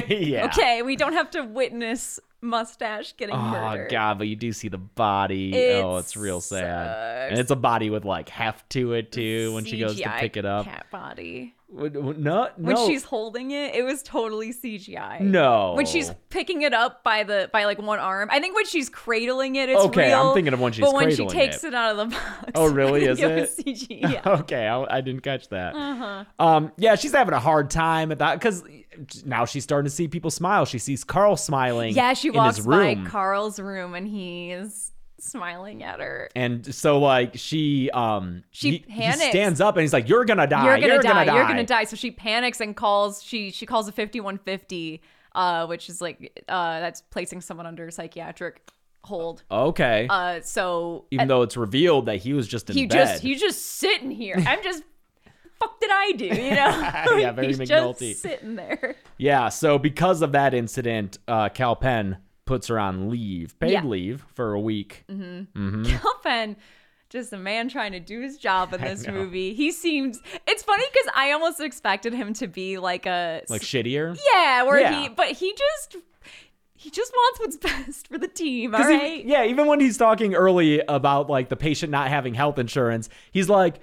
yeah,
Okay, we don't have to witness mustache getting
Oh
murdered.
god, but you do see the body.
It
oh, it's real sad, and
sucks.
it's a body with like half to it too. When she goes to
CGI
pick it up,
cat body.
W- w- no, no,
When she's holding it, it was totally CGI.
no.
When she's picking it up by the by like one arm. I think when she's cradling it, it's
Okay, I'm
real,
thinking of when she's
But when she
cradling
takes
it.
it. out of the box.
Oh, really?
I
Is
think
it?
was CG? Yeah.
okay, I, I didn't catch that.
Uh-huh.
Um, yeah, she's having a hard time at that because now she's starting to see people smile. She sees Carl smiling.
Yeah, she
in
walks
his
by
room.
Carl's room and he is smiling at her.
And so like she um
She
he- he,
panics.
stands up and he's like, Ah, You're gonna die.
you're gonna, die. You're gonna die. So she panics and calls. She she calls a 5150, uh, which is like uh, that's placing someone under psychiatric hold.
Okay.
Uh, so
Even though it's revealed that he was just in
he
bed.
just he just sitting here. I'm just. Fuck did I do? You know,
Yeah, very
he's
McNulty.
just sitting there.
yeah, so because of that incident, uh Cal Penn puts her on leave, paid
Yeah. Mm-hmm.
leave for a week.
Kelpen, just a man trying to do his job in this movie. He seems. It's funny because I almost expected him to be like a
Like shittier.
Yeah, where
Yeah.
he but he just he just wants what's best for the team, all
'Cause he-
right?
yeah, even when he's talking early about like the patient not having health insurance, he's like,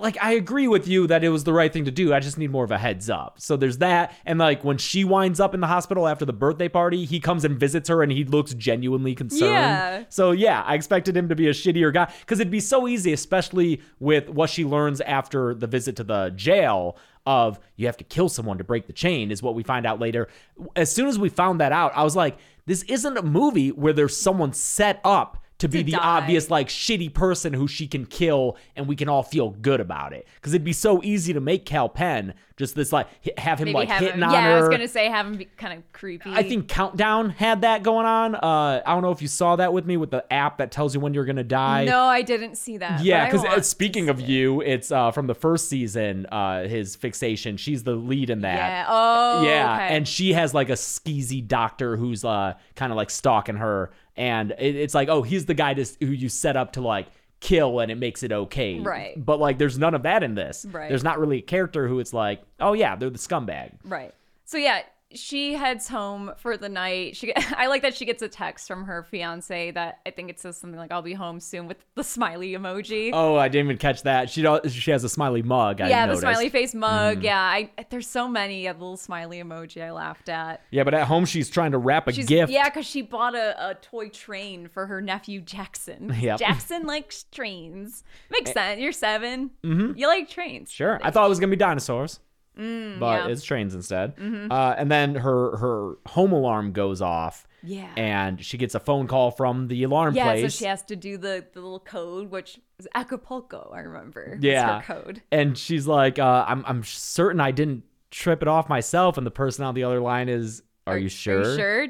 like I agree with you that it was the right thing to do. I just need more of a heads up. So there's that, and like when she winds up in the hospital after the birthday party, he comes and visits her, and he looks genuinely concerned.
Yeah.
So yeah, I expected him to be a shittier guy because it'd be so easy, especially with what she learns after the visit to the jail of you have to kill someone to break the chain is what we find out later. As soon as we found that out, I was like, this isn't a movie where there's someone set up to be
To
the
die.
obvious like shitty person who she can kill and we can all feel good about it because it'd be so easy to make Cal Penn just this like hi- have him like
have
hitting
him,
on
yeah,
her
I was gonna say have him be kind of creepy.
I think Countdown had that going on. Uh, I don't know if you saw that with me with the app that tells you when you're gonna die.
no, I didn't see that.
Yeah,
because
because speaking of you, it's uh, from the first season. Uh, his fixation. She's the lead in that.
yeah, oh
Yeah,
okay.
and she has like a skeezy doctor who's uh kind of like stalking her, and it, it's like, oh, he's the guy to, who you set up to like kill, and it makes it okay,
Right.
But like, there's none of that in this.
Right.
There's not really a character who it's like, oh yeah, they're the scumbag.
right. So yeah, she heads home for the night. She I like that she gets a text from her fiance that I think it says something like I'll be home soon with the smiley emoji.
Oh, I didn't even catch that. She don't- she has a smiley mug. I
yeah,
noticed. Mm-hmm.
the smiley face mug. Yeah, I there's so many a little smiley emoji I laughed at.
Yeah, but at home she's trying to wrap a
She's,
gift.
Yeah, because she bought a, a toy train for her nephew Jackson.
Yep.
Jackson likes trains. Makes sense. You're 7 You like trains.
Mm-hmm. Sure. I thought it was gonna be dinosaurs, but
Mm, yeah. Mm-hmm.
it's trains instead. Uh, and then her her home alarm goes off.
Yeah.
And she gets a phone call from the alarm
Yeah,
place.
so she has to do the, the little code, which is Acapulco, I remember. That's
yeah.
her code.
And she's like, uh, I'm I'm certain I didn't trip it off myself. And the person on the other line is, Are, you sure?
Are you sure?
Are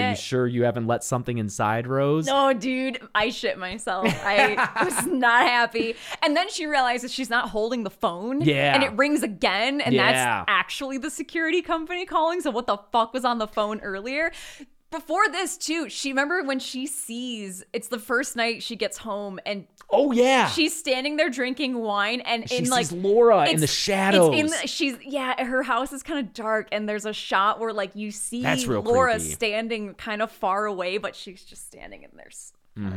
Yeah.
you sure you haven't let something inside, Rose?
No, dude, I shit myself. I was not happy. And then she realizes she's not holding the phone.
Yeah.
And it rings again. And
Yeah.
that's actually the security company calling. So what the fuck was on the phone earlier? Before this, too, she remember when she sees it's the first night she gets home and
Oh yeah.
she's standing there drinking wine and
She
in
sees
like
Laura in
it's-
the
It's in
shadows.
the, she's yeah, her house is kind of dark, and there's a shot where like you see
That's real
Laura
creepy.
standing kind of far away, but she's just standing in there s- Oh fuck.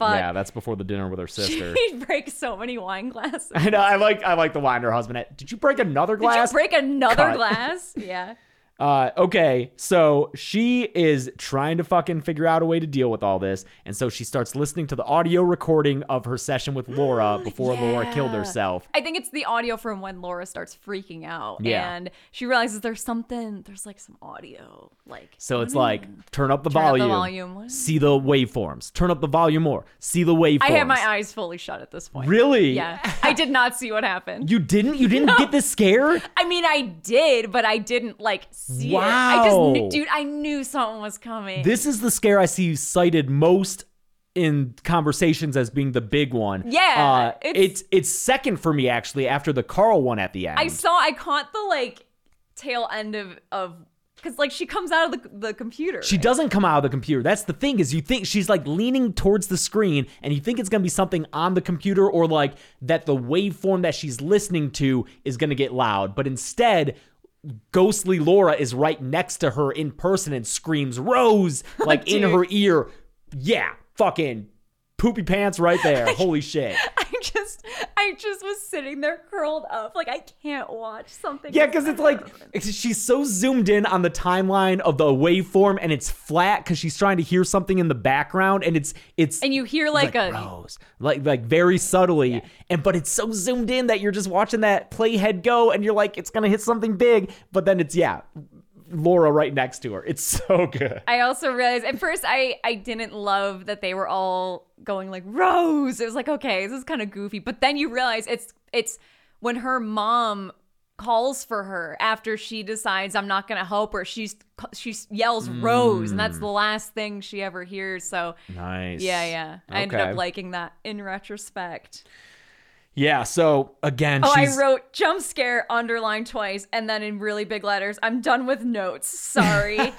Mm-hmm. Yeah, that's before the dinner with her sister.
She breaks so many wine glasses.
I know. I like. I like the wine her husband had. Did you break another
Did you
glass?
break another
Cut.
glass? Yeah.
Uh, okay, so she is trying to fucking figure out a way to deal with all this, and so she starts listening to the audio recording of her session with Laura before Laura killed
Yeah.
herself.
I think it's the audio from when Laura starts freaking out
Yeah.
and she realizes there's something, there's like some audio. Like,
So it's like turn up the
Mm. Turn up the
volume,
volume. What?
see the waveforms, turn up the volume more, see the waveforms.
I had my eyes fully shut at this point.
Really?
Yeah. I did not see what happened.
You didn't? You didn't get this scare?
I mean, I did, but I didn't like see it. I just,
Wow.
knew, dude, I knew something was coming.
This is the scare I see cited most in conversations as being the big one.
Yeah,
uh,
it's-
it's it's second for me actually after the Carl one at the end.
I saw, I caught the like tail end of, of, cause like she comes out of the, the computer.
She doesn't come out of the computer. That's the thing is you think she's like leaning towards the screen and you think it's going to be something on the computer or like that the waveform that she's listening to is going to get loud. But instead, ghostly Laura is right next to her in person and screams Rose like in
Dude.
her ear. Yeah, fucking poopy pants right there. Holy shit.
I just, I just was sitting there curled up. Like, I can't watch something.
Yeah,
that's
because it's
not
like
relevant.
it's- she's so zoomed in on the timeline of the waveform, and it's flat because she's trying to hear something in the background, and it's it's
and you hear like, a
rose like like very subtly and but it's so zoomed in that you're just watching that playhead go and you're like it's gonna hit something big but then it's yeah laura right next to her it's so good
I also realized at first I I didn't love that they were all going like Rose. It was like okay, this is kind of goofy. But then you realize it's it's when her mom calls for her after she decides I'm not going to help her. She's she yells Rose, and that's the last thing she ever hears. So
Mm. nice
yeah, yeah, I ended
Okay.
up liking that in retrospect.
yeah so again
Oh,
she's
I wrote jump scare underlined twice and then in really big letters, I'm done with notes. Sorry.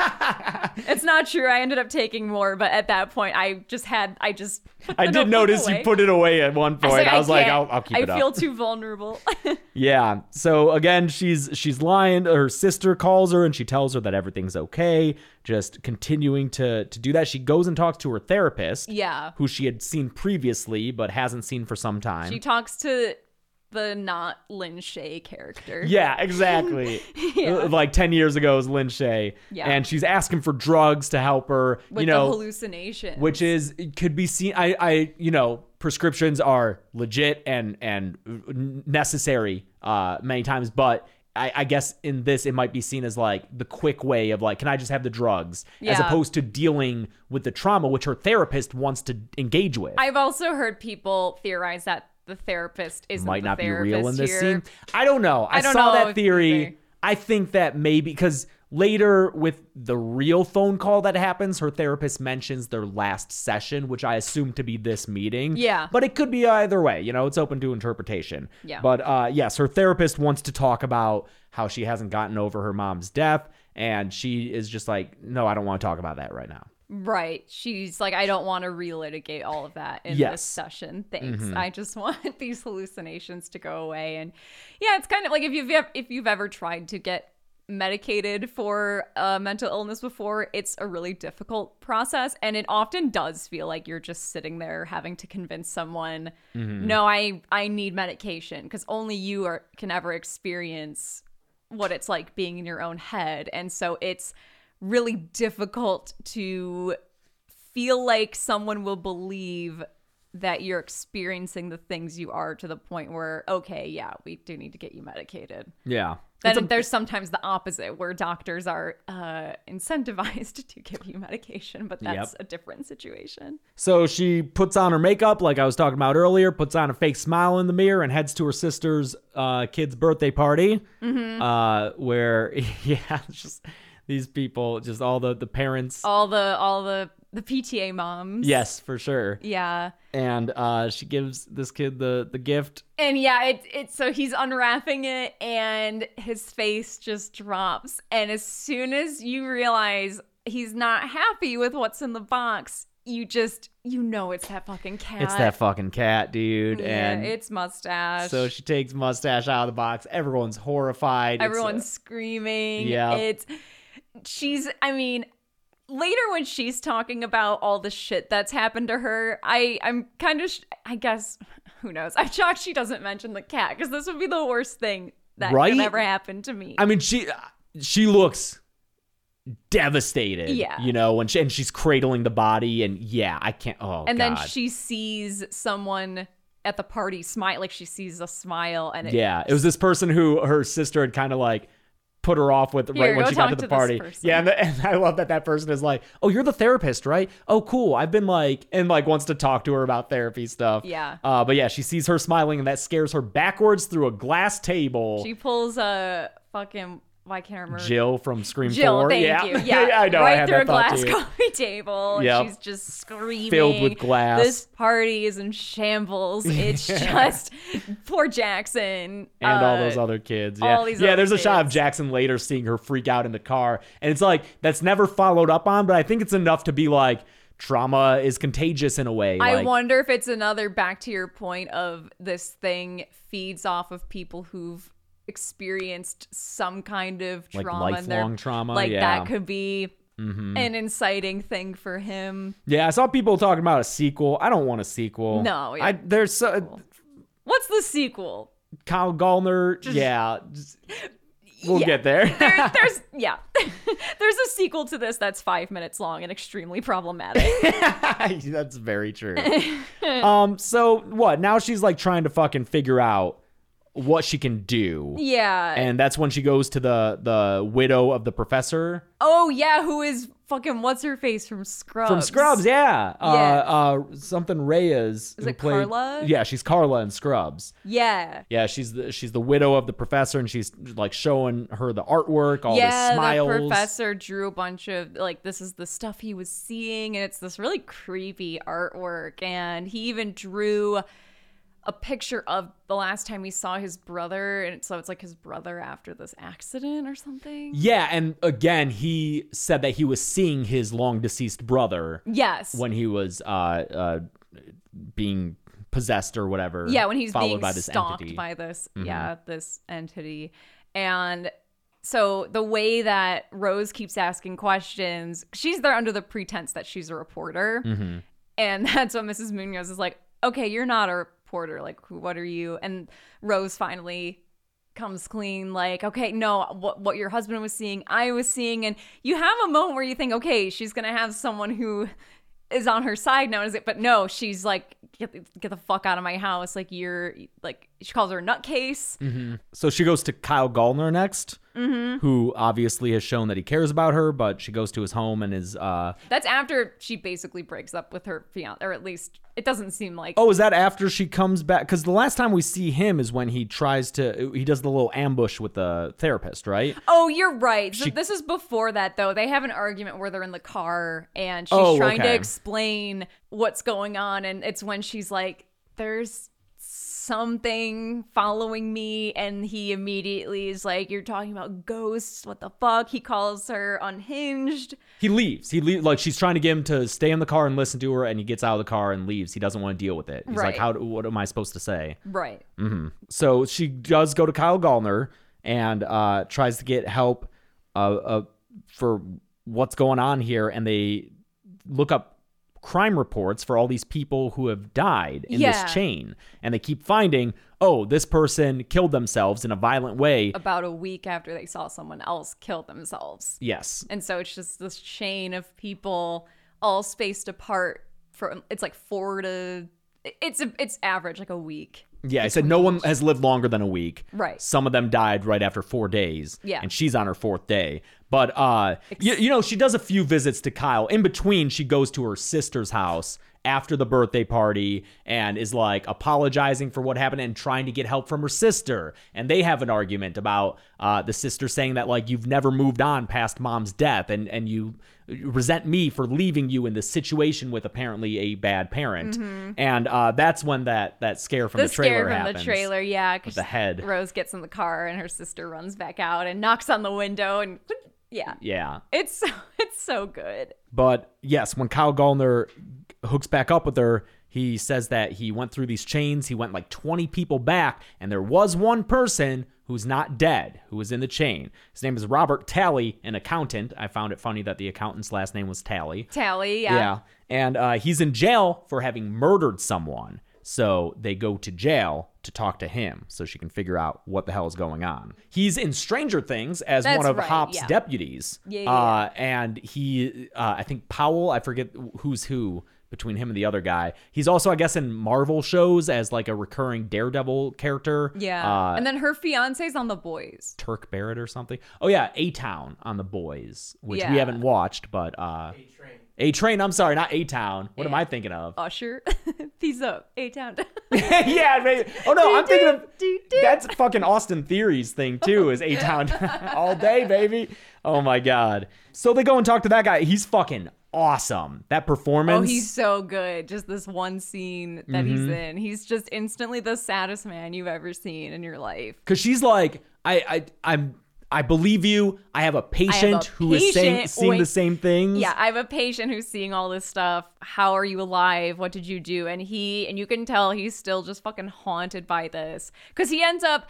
it's not true. I ended up taking more, but at that point I just had I just put
I
the notebook
did notice you
away.
put it away at one
I
point. I was like,
can't.
I'll, I'll keep
I
it up.
feel too vulnerable.
Yeah. So again, she's she's lying. Her sister calls her and she tells her that everything's okay. Just continuing to to do that. She goes and talks to her therapist.
Yeah.
Who she had seen previously but hasn't seen for some time.
she talks to the not Lin Shay character.
yeah, exactly. Uh, Like ten years ago is Lin Shay.
Yeah.
And she's asking for drugs to help her.
With
you know,
the hallucination.
which is it could be seen i i you know prescriptions are legit and and uh, necessary uh many times but I, I guess in this it might be seen as like the quick way of like can i just have the drugs as
Yeah.
opposed to dealing with the trauma which her therapist wants to engage with
I've also heard people theorize that the therapist is
might
the
not be
therapist
real in this
here.
scene i don't know i,
I don't
saw
know
that
if either.
theory i think that maybe because later with the real phone call that happens her therapist mentions their last session which i assume to be this meeting
Yeah.
but it could be either way you know it's open to interpretation
Yeah.
but uh yes her therapist wants to talk about how she hasn't gotten over her mom's death and she is just like no i don't want to talk about that right now
Right. She's like, I don't want to relitigate all of that in
Yes.
this session. Thanks. I just want these hallucinations to go away. And yeah, it's kind of like if you've ev- if you've ever tried to get medicated for a mental illness before, it's a really difficult process, and it often does feel like you're just sitting there having to convince someone, no, I I need medication because only you are can ever experience what it's like being in your own head. And so it's really difficult to feel like someone will believe that you're experiencing the things you are to the point where, okay, yeah, we do need to get you medicated.
yeah
Then there's sometimes the opposite where doctors are uh, incentivized to give you medication, but that's
Yep.
a different situation.
So she puts on her makeup, like I was talking about earlier, puts on a fake smile in the mirror, and heads to her sister's uh, kid's birthday party. Uh, where, yeah, it's just these people, just all the, the parents.
All the all the the PTA moms.
Yes, for sure.
Yeah.
And uh, she gives this kid the, the gift.
And yeah, it it's so he's unwrapping it and his face just drops. And as soon as you realize he's not happy with what's in the box, you just you know it's that fucking cat.
It's that fucking cat, dude.
yeah,
and
it's mustache.
so she takes mustache out of the box. Everyone's horrified. It's, uh,
Everyone's screaming.
Yeah.
It's she's I mean later when she's talking about all the shit that's happened to her, I I'm kind of sh- I guess who knows. I'm shocked she doesn't mention the cat because this would be the worst thing that
Right?
could ever happen to me.
I mean, she she looks devastated.
Yeah.
you know, and she, and she's cradling the body, and yeah, I can't. Oh,
and
God.
then she sees someone at the party smile, like she sees a smile, and it,
Yeah, it was this person who her sister had kind of like put her off with
Here,
right when
go
she got
talk
to
to
the
this
party.
person.
Yeah, and, the, and I love that that person is like, "Oh, you're the therapist, right? Oh, cool. I've been like," and like wants to talk to her about therapy stuff.
Yeah.
Uh, but yeah, she sees her smiling, and that scares her backwards through a glass table.
she pulls a fucking why can't I remember
Jill from Scream
Jill,
Four.
thank
yeah.
you. Yeah,
I know.
Right
I had
through
that
a
thought
glass
too.
coffee table.
Yep.
And she's just screaming.
glass.
This party is in shambles. It's just poor Jackson.
and all
Uh,
those other kids. Yeah,
all these
yeah.
other
there's a shot of
kids.
Jackson later seeing her freak out in the car, and it's like that's never followed up on, but I think it's enough to be like trauma is contagious in a way.
I
like,
wonder if it's another back to your point of this thing feeds off of people who've experienced some kind of
Like
trauma in their-
lifelong trauma,
Like
yeah. Mm-hmm.
that could be an inciting thing for him.
Yeah, I saw people talking about a sequel. I don't want a sequel.
No, yeah.
I, there's so,
What's the sequel?
Kyle Gallner. yeah, just- we'll get there.
there, there's yeah there's a sequel to this that's five minutes long and extremely problematic
That's very true. um, so what? Now she's like trying to fucking figure out what she can do.
yeah
And that's when she goes to the the widow of the professor
oh yeah who is fucking what's her face from scrubs
from Scrubs, yeah. Uh, uh, something Reyes.
Is
who
it Carla?
Yeah, she's Carla in Scrubs.
yeah
Yeah, she's the she's the widow of the professor, and she's like showing her the artwork, all
yeah
the smiles.
the professor drew a bunch of like this is the stuff he was seeing and it's this really creepy artwork and he even drew a picture of the last time he saw his brother and so it's like his brother after this accident or something
Yeah, and again, he said that he was seeing his long deceased brother
yes
when he was uh, uh, being possessed or whatever.
yeah when he's
followed
being
by this
stalked
entity. Mm-hmm.
by this yeah this entity and so the way that rose keeps asking questions she's there under the pretense that she's a reporter
Mm-hmm.
and that's what mrs munoz is like okay you're not a reporter like who- what are you and rose finally comes clean like okay no what what your husband was seeing I was seeing and you have a moment where you think okay she's going to have someone who is on her side now is it but no she's like get, get the fuck out of my house like you're like she calls her a nutcase
So she goes to Kyle Gallner next,
Mm-hmm.
who obviously has shown that he cares about her, but she goes to his home and is. Uh,
that's after she basically breaks up with her fiance or at least it doesn't seem like
oh, is that after she comes back? Because the last time we see him is when he tries to. He does the little ambush with the therapist, right?
Oh, you're right. So
She-
this is before that, though. They have an argument where they're in the car and she's
Oh,
trying
okay.
to explain what's going on. And it's when she's like, there's something following me. And he immediately is like, you're talking about ghosts. What the fuck? He calls her unhinged.
He leaves. He leaves. Like she's trying to get him to stay in the car and listen to her, and he gets out of the car and leaves. He doesn't want to deal with it. He's like,
Right.
"How? Do, what am I supposed to say?"
Right.
Mm. So she does go to Kyle Gallner and uh, tries to get help uh, uh, for what's going on here, and they look up crime reports for all these people who have died in
Yeah.
this chain, and they keep finding, oh, this person killed themselves in a violent way.
About a week after they saw someone else kill themselves.
yes,
And so it's just this chain of people all spaced apart from it's like four to it's a, it's average like a week.
Yeah, he said no one has lived longer than a week.
Right.
Some of them died right after four days.
Yeah.
And she's on her fourth day. But uh, you, you know, she does a few visits to Kyle. In between, she goes to her sister's house after the birthday party and is like apologizing for what happened and trying to get help from her sister. And they have an argument about uh, the sister saying that like you've never moved on past mom's death and and you resent me for leaving you in this situation with apparently a bad parent.
Mm-hmm.
And uh, that's when that that scare from the,
the
trailer
scare from
happens.
the trailer, yeah, because
the head.
Rose gets in the car and her sister runs back out and knocks on the window and yeah,
Yeah.
it's so it's so good.
But yes, when Kyle Gallner hooks back up with her, He says that he went through these chains, he went like 20 people back, and there was one person who's not dead who was in the chain. His name is Robert Talley, an accountant. I found it funny that the accountant's last name was Talley.
Tally,
Yeah.
yeah.
And uh, he's in jail for having murdered someone. So they go to jail to talk to him so she can figure out what the hell is going on. He's in Stranger Things as
That's
one of
right,
Hop's
yeah.
deputies.
Yeah, yeah,
uh, And he, uh, I think Powell, I forget who's who between him and the other guy. He's also, I guess, in Marvel shows as like a recurring Daredevil character.
Yeah.
Uh,
and then her fiance's on the boys.
Turk Barrett or something. Oh yeah, A Town on the Boys, which
Yeah.
we haven't watched, but uh, A Train. I'm sorry, not A Town. What am I thinking of?
Usher. Peace up. A town.
yeah, maybe. Oh no, I'm thinking of
do, do.
that's fucking Austin Theory's thing too. Is A Town all day, baby? Oh my god. So they go and talk to that guy. He's fucking awesome. That performance.
Oh, he's so good. Just this one scene that
Mm-hmm.
he's in. He's just instantly the saddest man you've ever seen in your life.
Because she's like, I, I, I'm, I believe you. I have a patient who is saying,
patient
seeing the
with-
same things.
Yeah, I have a patient who's seeing all this stuff. How are you alive? What did you do? And he, and you can tell he's still just fucking haunted by this because he ends up.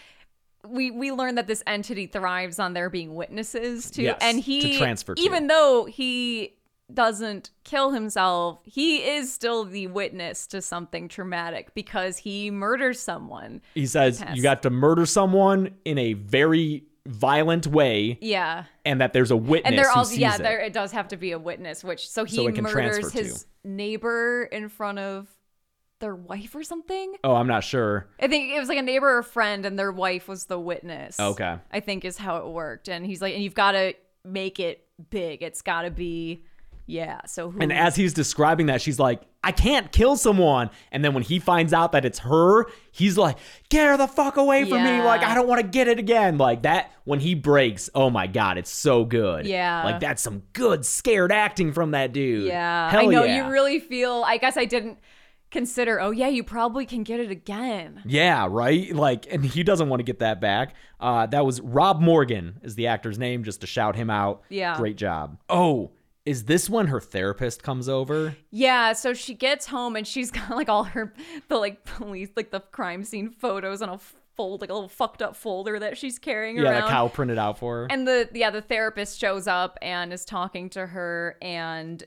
We we learn that this entity thrives on there being witnesses to,
Yes,
and
to
he
transfer to.
even though he doesn't kill himself, he is still the witness to something traumatic because he murders someone.
He says
Pass.
you got to murder someone in a very violent way,
Yeah.
and that there's a witness.
and they're
who
all
sees
yeah
it.
there it does have to be a witness which so he
So it can
murders
transfer
his neighbor in front of their wife or something
Oh, I'm not sure.
i think it was like a neighbor or friend and their wife was the witness
Okay.
i think is how it worked and he's like and you've got to make it big it's got to be yeah so who
And as he's describing that, she's like, I can't kill someone. And then when he finds out that it's her, he's like, Get her the fuck away from me.
Yeah.
Like, I don't want to get it again. Like that, when he breaks, oh my God, it's so good.
Yeah.
Like, that's some good scared acting from that dude.
yeah
Hell
i know
yeah.
you really feel i guess i didn't consider oh yeah you probably can get it again
Yeah, right? Like, and he doesn't want to get that back. Uh, that was Rob Morgan, is the actor's name, just to shout him out.
Yeah.
Great job. Oh, is this when her therapist comes over?
Yeah, so she gets home and she's got like all her the like police like the crime scene photos on a fold like a little fucked up folder that she's carrying
Yeah,
around.
the cow printed out for her.
And the yeah, the therapist shows up and is talking to her and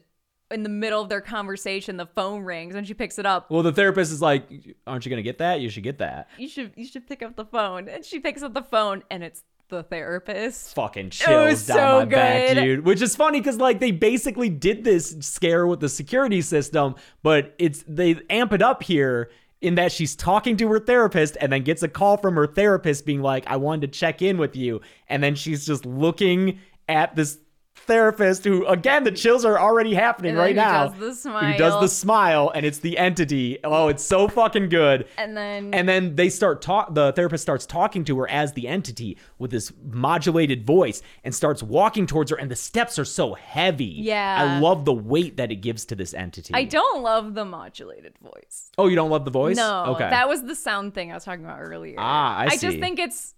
in the middle of their conversation the phone rings and she picks it up.
Well, the therapist is like, "Aren't you gonna get that? You should get that."
You should you should pick up the phone. And she picks up the phone and it's the therapist.
Fucking
was
chills down
so
my back,
good.
dude. Which is funny because like they basically did this scare with the security system, but it's they amp it up here in that she's talking to her therapist and then gets a call from her therapist being like, "I wanted to check in with you," and then she's just looking at this therapist who again the chills are already happening
And then
right
he
now
does the
who does the
smile.
smile and it's the entity oh it's so fucking good
And then
and then they start talk the therapist starts talking to her as the entity with this modulated voice and starts walking towards her and the steps are so heavy
Yeah.
i love the weight that it gives to this entity
I don't love the modulated voice.
oh you don't love the voice
No,
okay
that was the sound thing I was talking about earlier.
Ah, I
just
see.
think it's.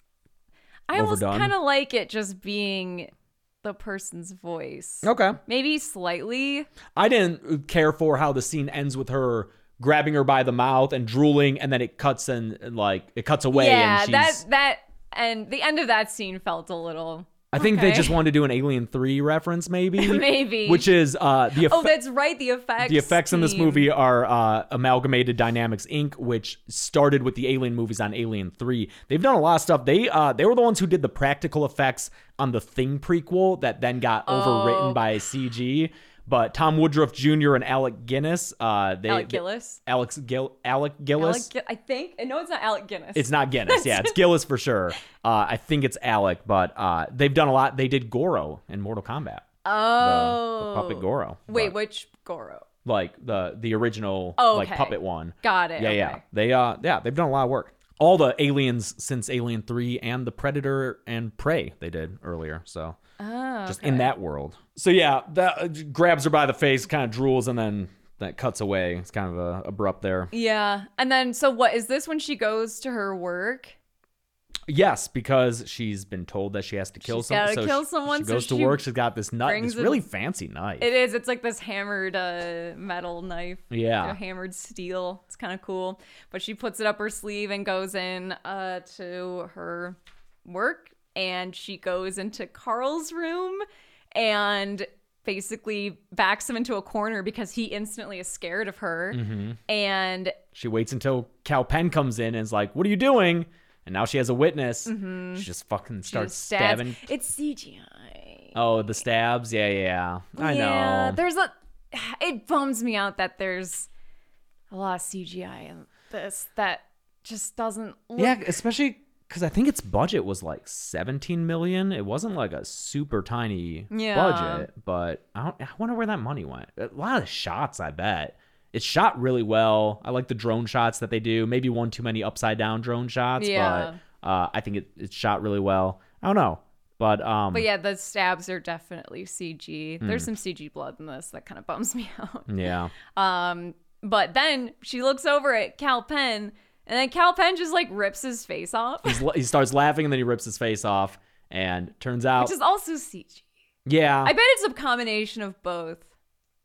I
Overdone.
almost kind of like it just being the person's voice.
okay
Maybe slightly.
i didn't care for how the scene ends with her grabbing her by the mouth and drooling and then it cuts and and, like it cuts away
yeah,
and she's
that that and the end of that scene felt a little.
i think they
okay.
just wanted to do an alien 3 reference maybe
Maybe.
which is uh the
Oh,
effe-
that's right. The effects.
The effects in this
team.
movie are uh, Amalgamated Dynamics Inc., which started with the Alien movies on Alien Three. They've done a lot of stuff. They uh, they were the ones who did the practical effects on the Thing prequel that then got
Oh.
overwritten by CG. But Tom Woodruff Jr. and Alec Guinness, uh, they
Alec Gillis.
Alex Gil- Alec
Alec,
Gillis.
Gi- I think. No, it's not Alec Guinness.
It's not Guinness. Yeah, it's Gillis for sure. Uh, I think it's Alec, but uh, they've done a lot. They did Goro in Mortal Kombat. The-
Oh,
the puppet Goro.
Wait,
But,
which Goro?
like the the original
Oh,
like
okay.
puppet one.
Got it.
Yeah,
okay.
yeah. They uh yeah, they've done a lot of work. All the aliens since Alien 3 and the Predator and Prey they did earlier, so
Oh,
just in that world. So yeah, that uh, j- grabs her by the face, kind of drools and then that cuts away. It's kind of uh, abrupt there.
Yeah. And then so what is this when she goes to her work?
Yes, because she's been told that she has to kill
She's
someone.
gotta
so
kill
she,
someone,
She
so
goes
she
to work. She's got this nut,
brings
this
a-
really fancy knife.
It is. It's like this hammered uh, metal knife.
Yeah.
Or hammered steel. It's kind of cool. But she puts it up her sleeve and goes in uh, to her work. And she goes into Carl's room and basically backs him into a corner because he instantly is scared of her.
Mm-hmm.
And
She waits until Cal Penn comes in and is like, "What are you doing?" And now she has a witness. She just fucking
Mm-hmm. she
starts
just stabs.
stabbing.
It's CGI.
Oh, the stabs. Yeah, yeah. I
yeah,
know.
There's a. It bums me out that there's a lot of CGI in this that just doesn't. Look,
Yeah, especially because I think its budget was like 17 million. It wasn't like a super tiny
Yeah.
budget, but I, don't, I wonder where that money went. A lot of shots, I bet. It's shot really well. I like the drone shots that they do. Maybe one too many upside down drone shots,
Yeah.
but uh, I think it, it's shot really well. I don't know, but um,
But yeah, the stabs are definitely CG.
Mm.
There's some CG blood in this that kind of bums me out.
yeah.
Um, but then she looks over at Cal Penn, and then Cal Penn just like rips his face off,
He's, he starts laughing and then he rips his face off. And turns out,
which is also CG.
yeah,
I bet it's a combination of both.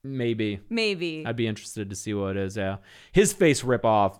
maybe.
Maybe.
I'd be interested to see what it is. Yeah, his face rip off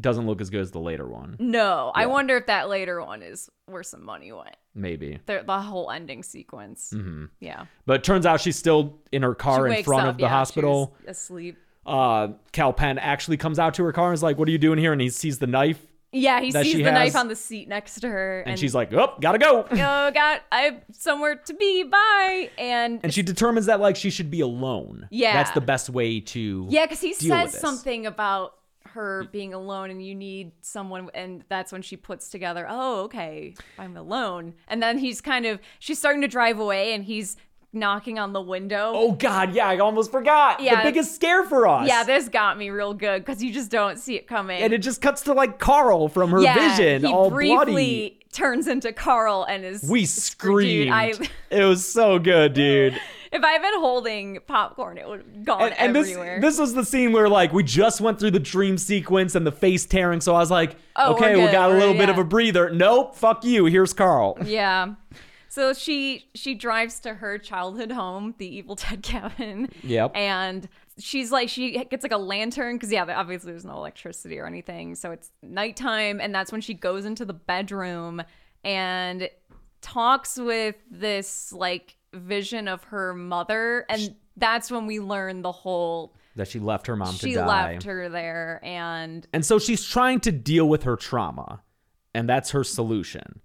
doesn't look as good as the later one.
no, I wonder if that later one is where some money went.
Maybe.
The, the whole ending sequence. Mm-hmm. Yeah.
But turns out she's still in her car in
wakes
front
up,
of the
yeah, she
hospital.
was asleep.
Uh, Cal Penn actually comes out to her car and is like, "What are you doing here?" And he sees the knife,
Yeah, he
that
sees
she
the
has.
knife on the seat next to her,
and, she's like, "Oh, gotta go."
"Oh God, I have somewhere to be. Bye." And,
And she determines that like she should be alone.
Yeah.
that's the best way to.
yeah, because he
deal with
says
this. Mm.
something about her being alone, and you need someone, and that's when she puts together, "Oh, okay, I'm alone." And then he's kind of she's starting to drive away, and he's knocking on the window.
Oh God, yeah, I almost forgot.
Yeah.
the biggest scare for us.
yeah, this got me real good because you just don't see it coming.
and it just cuts to like Carl from her vision,
he
all
briefly
bloody.
turns into Carl and is
We
Dude,
screamed.
I,
it was so good, dude.
if I had been holding popcorn, it would have gone
And, and this
everywhere.
this was the scene where like we just went through the dream sequence and the face tearing. So I was like,
Oh, we're
okay, we
good.
got a
We're-
little bit of
yeah.
a breather. Nope, fuck you. Here's Carl.
yeah. So she she drives to her childhood home, the Evil Dead cabin.
Yep.
And she's like she gets like a lantern because yeah, obviously there's no electricity or anything, so it's nighttime, and that's when she goes into the bedroom and talks with this like vision of her mother, and that's when we learn the whole
That she left her mom
she
to die.
left her there and
And so she's trying to deal with her trauma, and that's her solution.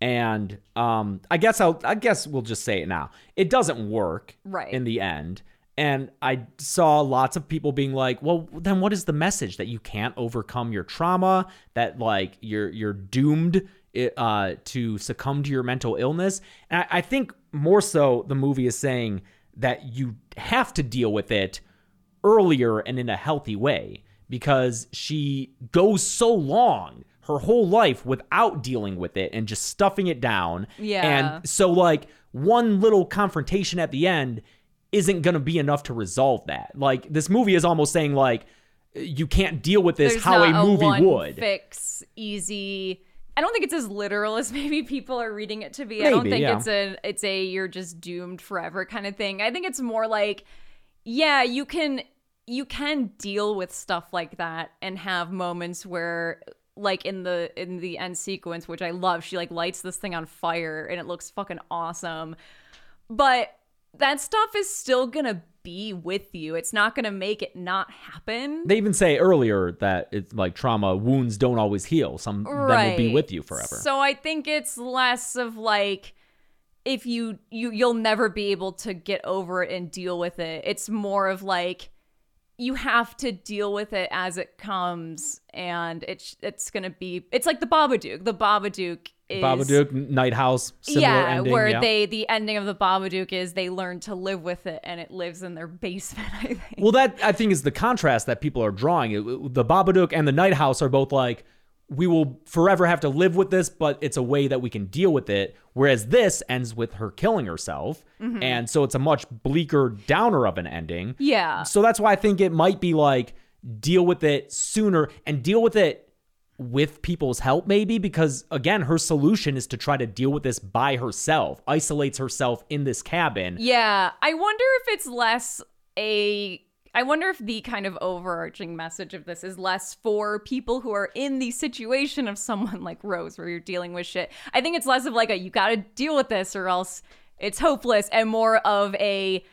And um, I guess I'll I guess we'll just say it now. It doesn't work
Right.
in the end. And I saw lots of people being like, "Well, then what is the message that you can't overcome your trauma? That like you're you're doomed i- uh, to succumb to your mental illness?" And I, I think more so the movie is saying that you have to deal with it earlier and in a healthy way because she goes so long her whole life without dealing with it and just stuffing it down.
Yeah.
And so like one little confrontation at the end isn't going to be enough to resolve that. Like this movie is almost saying like you can't deal with this
there's
how
not
a movie
one
would.
fix easy i don't think it's as literal as maybe people are reading it to be i don't
Maybe,
think
yeah.
it's a it's a you're just doomed forever kind of thing i think it's more like yeah you can you can deal with stuff like that and have moments where like in the in the end sequence which i love she like lights this thing on fire and it looks fucking awesome but that stuff is still gonna be with you it's not gonna make it not happen
they even say earlier that it's like trauma wounds don't always heal. Some of them will be with you forever.
So I think it's less of like if you you you'll never be able to get over it and deal with it. It's more of like you have to deal with it as it comes, and it's it's gonna be it's like the Babadook. The Babadook is
Babadook, Night House, similar
yeah,
ending.
where
yeah.
they the ending of the Babadook is they learn to live with it, and it lives in their basement. I think.
Well, that I think is the contrast that people are drawing. It- The Babadook and the Night House are both like, we will forever have to live with this, but it's a way that we can deal with it. Whereas this ends with her killing herself,
Mm-hmm.
and so it's a much bleaker downer of an ending.
yeah,
So that's why I think it might be like deal with it sooner and deal with it with people's help maybe because again her solution is to try to deal with this by herself isolates herself in this cabin
Yeah, I wonder if it's less a. I wonder if the kind of overarching message of this is less for people who are in the situation of someone like Rose, where you're dealing with shit. I think it's less of like a you got to deal with this or else it's hopeless, and more of a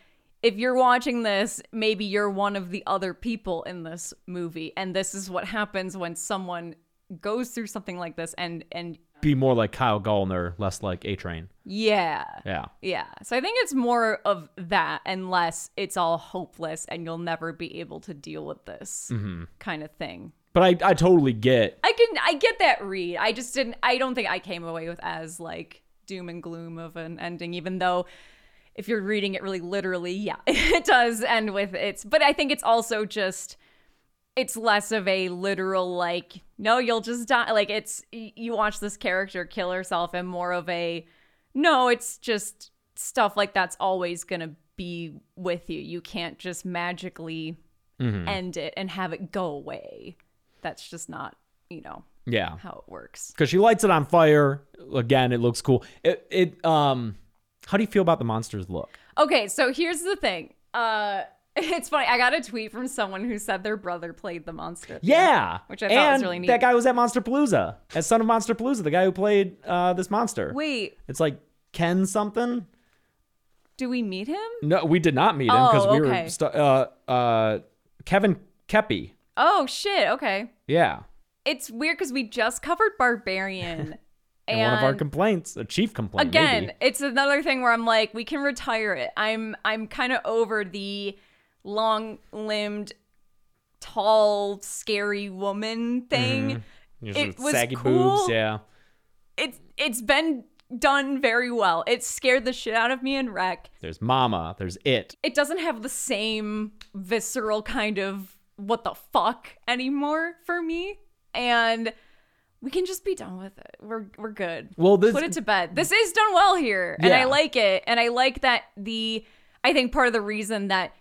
if you're watching this, maybe you're one of the other people in this movie, and this is what happens when someone goes through something like this, and and
be more like Kyle Gallner less like A Train
yeah,
yeah
yeah. So I think it's more of that and less it's all hopeless and you'll never be able to deal with this kind of thing.
but I I totally get
I can I get that read. I just didn't I don't think I came away with as like doom and gloom of an ending even though if you're reading it really literally, yeah, it does end with it's but I think it's also just it's less of a literal like no you'll just die like it's y- you watch this character kill herself and more of a no it's just stuff like that's always gonna be with you you can't just magically end it and have it go away that's just not you know
yeah
how it works
because she lights it on fire again it looks cool it it um how do you feel about the monster's look
Okay, so here's the thing. Uh it's funny. I got a tweet from someone who said their brother played the monster.
yeah
Which I thought was
And
really neat.
that guy was at Monster Palooza as son of Monster Palooza the guy who played uh this monster
Wait,
it's like Ken something
do we meet him?
No, we did not meet him because
Oh,
we
okay.
were stu- uh, uh, Kevin Kepi.
Oh shit. Okay.
Yeah,
It's weird because we just covered Barbarian. and
and, one of our complaints, a chief complaint.
again,
maybe.
it's another thing where I'm like, we can retire it. I'm I'm kind of over the long-limbed, tall, scary woman thing.
Just
it
with
was
Mm-hmm. saggy
cool.
boobs. Yeah,
It's it's been done very well. It scared the shit out of me in Wreck.
there's Mama. There's it.
it doesn't have the same visceral kind of what the fuck anymore for me and we can just be done with it we're we're good
Well, this-
put it to bed this is done well here and i
Yeah.
like it and i like that the i think part of the reason that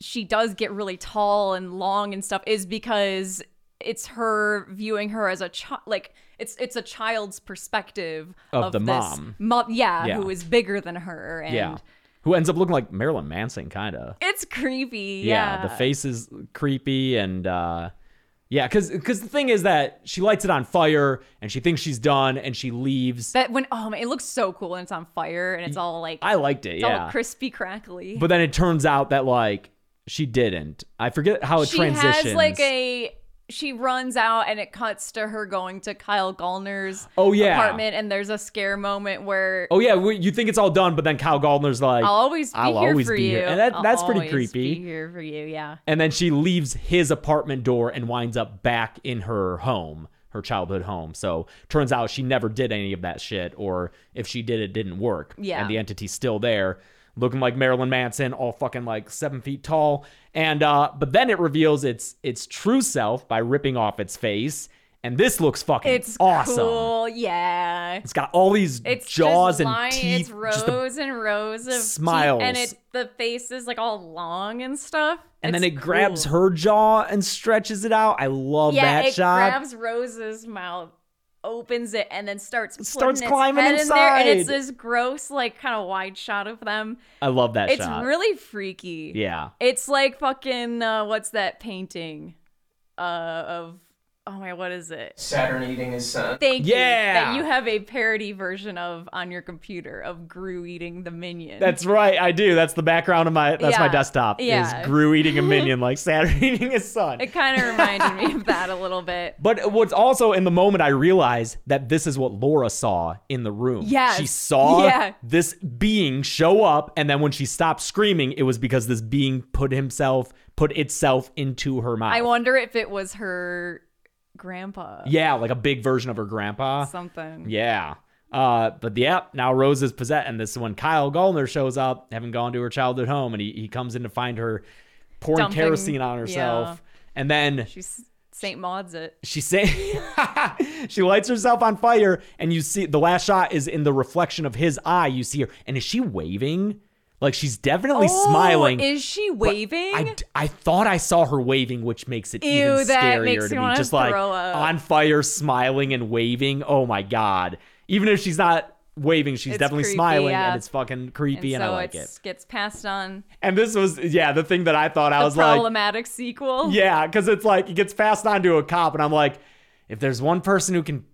she does get really tall and long and stuff is because it's her viewing her as a child like it's it's a child's perspective
Of the
this
mom.
mo- yeah,
Yeah.
who is bigger than her and
Yeah, who ends up looking like Marilyn Manson, kind of.
it's creepy
the face is creepy and uh yeah because because the thing is that she lights it on fire and she thinks she's done and she leaves
That when oh man, it looks so cool and it's on fire and it's all like
i liked it
it's
yeah
all crispy crackly.
but then it turns out that like she didn't i forget how it
she
transitions
has like a she runs out and it cuts to her going to Kyle Gallner's
Oh, yeah.
apartment and there's a scare moment where
Oh yeah, we- you think it's all done, but then Kyle Galdner's like,
I'll always be
I'll
here
always
for
be
you.
here. and that,
I'll
that's pretty
always
creepy.
Be here for you, yeah.
And then she leaves his apartment door and winds up back in her home, her childhood home. So turns out she never did any of that shit, or if she did, it didn't work.
Yeah.
and the entity's still there, looking like Marilyn Manson, all fucking like seven feet tall. And uh, but then it reveals its its true self by ripping off its face, and this looks fucking
It's
awesome.
cool, yeah.
It's got all these
It's
jaws
just
and
lying,
teeth,
It's
just a
rows and rows of teeth, and
smiles.
it the face is like all long and stuff.
and then it
It's
grabs
cool.
her jaw and stretches it out. I love
yeah,
that
it
shot.
grabs Rose's mouth, opens it, and then starts putting
Starts
its
climbing
head in there, and it's
inside.
this gross, like kind of wide shot of them.
I love that
it's
shot.
really freaky.
yeah.
it's like fucking uh, what's that painting uh, of? Oh my, what is it?
Saturn eating his son.
Thank
Yeah.
you. That you have a parody version of on your computer of Gru eating the minion.
That's right. I do. That's the background of my that's my
Yeah.
desktop
Yeah.
is Gru eating a minion like Saturn eating his son.
it. Kind of reminded me of that a little bit.
But what's also in the moment I realized that this is what Laura saw in the room.
Yes.
She saw
Yeah.
this being show up, and then when she stopped screaming, it was because this being put himself, put itself into her mouth.
I wonder if it was her grandpa.
yeah, like a big version of her grandpa.
Something.
Yeah. Uh, but yeah, now Rose is possessed, and this is when Kyle Gallner shows up, having gone to her childhood home, and he, he comes in to find her pouring
Dumping-
kerosene on herself. And then
She's Saint Maud's it.
she say she lights herself on fire, and you see the last shot is in the reflection of his eye. You see her, and is she waving? Like she's definitely
Oh,
smiling.
Is she
but
waving?
I, d- I thought I saw her waving, which makes it
Ew,
even
that
scarier
makes me
to me.
wanna
Just like
throw up.
on fire, smiling and waving. Oh my god! Even if she's not waving, she's
It's
definitely
creepy,
smiling,
yeah.
and it's fucking creepy, and,
so
I like
it's-
it.
Gets passed on.
And this was yeah, the thing that I thought I
The
was like,
problematic sequel.
yeah, because it's like it gets passed on to a cop, and I'm like, if there's one person who can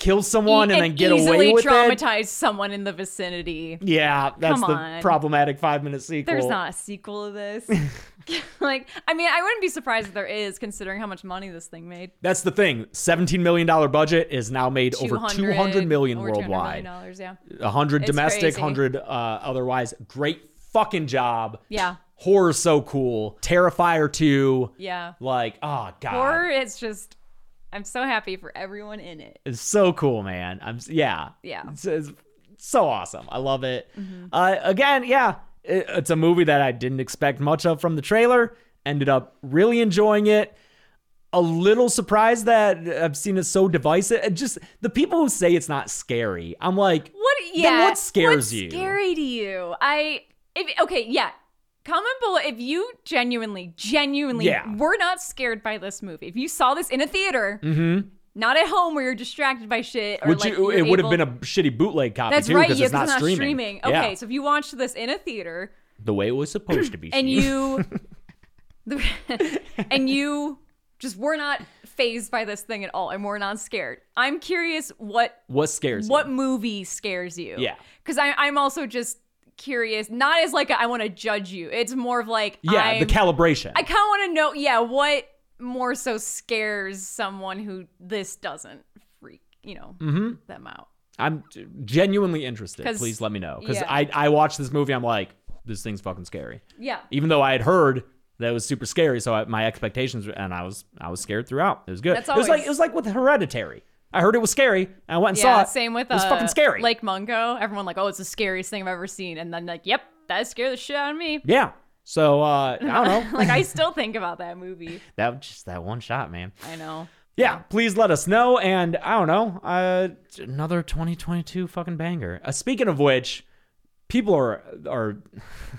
kill someone
E-
and, then get away
easily
with it,
traumatize someone in the vicinity.
yeah, that's
Come
the
on.
problematic five minute sequel.
There's not a sequel to this. like, I mean, I wouldn't be surprised if there is, considering how much money this thing made.
That's the thing. Seventeen million dollar budget is now made over two hundred million
over $200 million
worldwide.
dollars, yeah.
A hundred
It's
domestic,
crazy.
hundred uh, otherwise. Great fucking job.
Yeah.
Horror so cool. Terrifier two.
Yeah.
Like oh god,
Or it's just, I'm so happy for everyone in it.
it's so cool, man. I'm s- yeah
Yeah. Mm-hmm.
It's, it's so awesome. I love it. Uh, again, yeah, it- it's a movie that I didn't expect much of from the trailer. Ended up really enjoying it. a little surprised that I've seen it so divisive. And just the people who say it's not scary, I'm like,
What?
Then
Yeah.
what scares you?
What's scary to you? I. If okay, yeah. Comment below if you genuinely, genuinely
Yeah.
were not scared by this movie. If you saw this in a theater,
mm-hmm.
not at home where you're distracted by shit, or
Would
like
you?
you're
It would have
able-
been a shitty bootleg copy
That's
too,
right.
because
Yeah,
it's not, streaming.
Okay,
Yeah.
so if you watched this in a theater
the way it was supposed to be,
and
streamed.
you, the- and you just were not phased by this thing at all, and were not scared. I'm curious what
what scares?
what
you?
movie scares you?
Yeah.
because I'm also just curious. Not as like I want to judge you. It's more of like
Yeah,
I'm,
the calibration.
I kind of want to know. Yeah, what more so scares someone who this doesn't freak you know
Mm-hmm.
them out?
I'm genuinely interested.
'Cause-
Please let me know because
yeah.
I I watched this movie. I'm like, this thing's fucking scary.
Yeah,
Even though I had heard that it was super scary, so I, my expectations were, and I was I was scared throughout. It was good.
That's
it was like
always-
it was like with Hereditary. I heard it was scary. And I went and
yeah.
saw it.
Same with
it was
uh,
fucking scary.
Lake Mungo. Everyone like, oh, it's the scariest thing I've ever seen, and then like, yep, that scared the shit out of me.
Yeah. So uh, I don't know.
like I still think about that movie.
that just that one shot, man.
I know.
Yeah. Please let us know. And I don't know. Uh, another 2022 fucking banger. Uh, speaking of which, people are are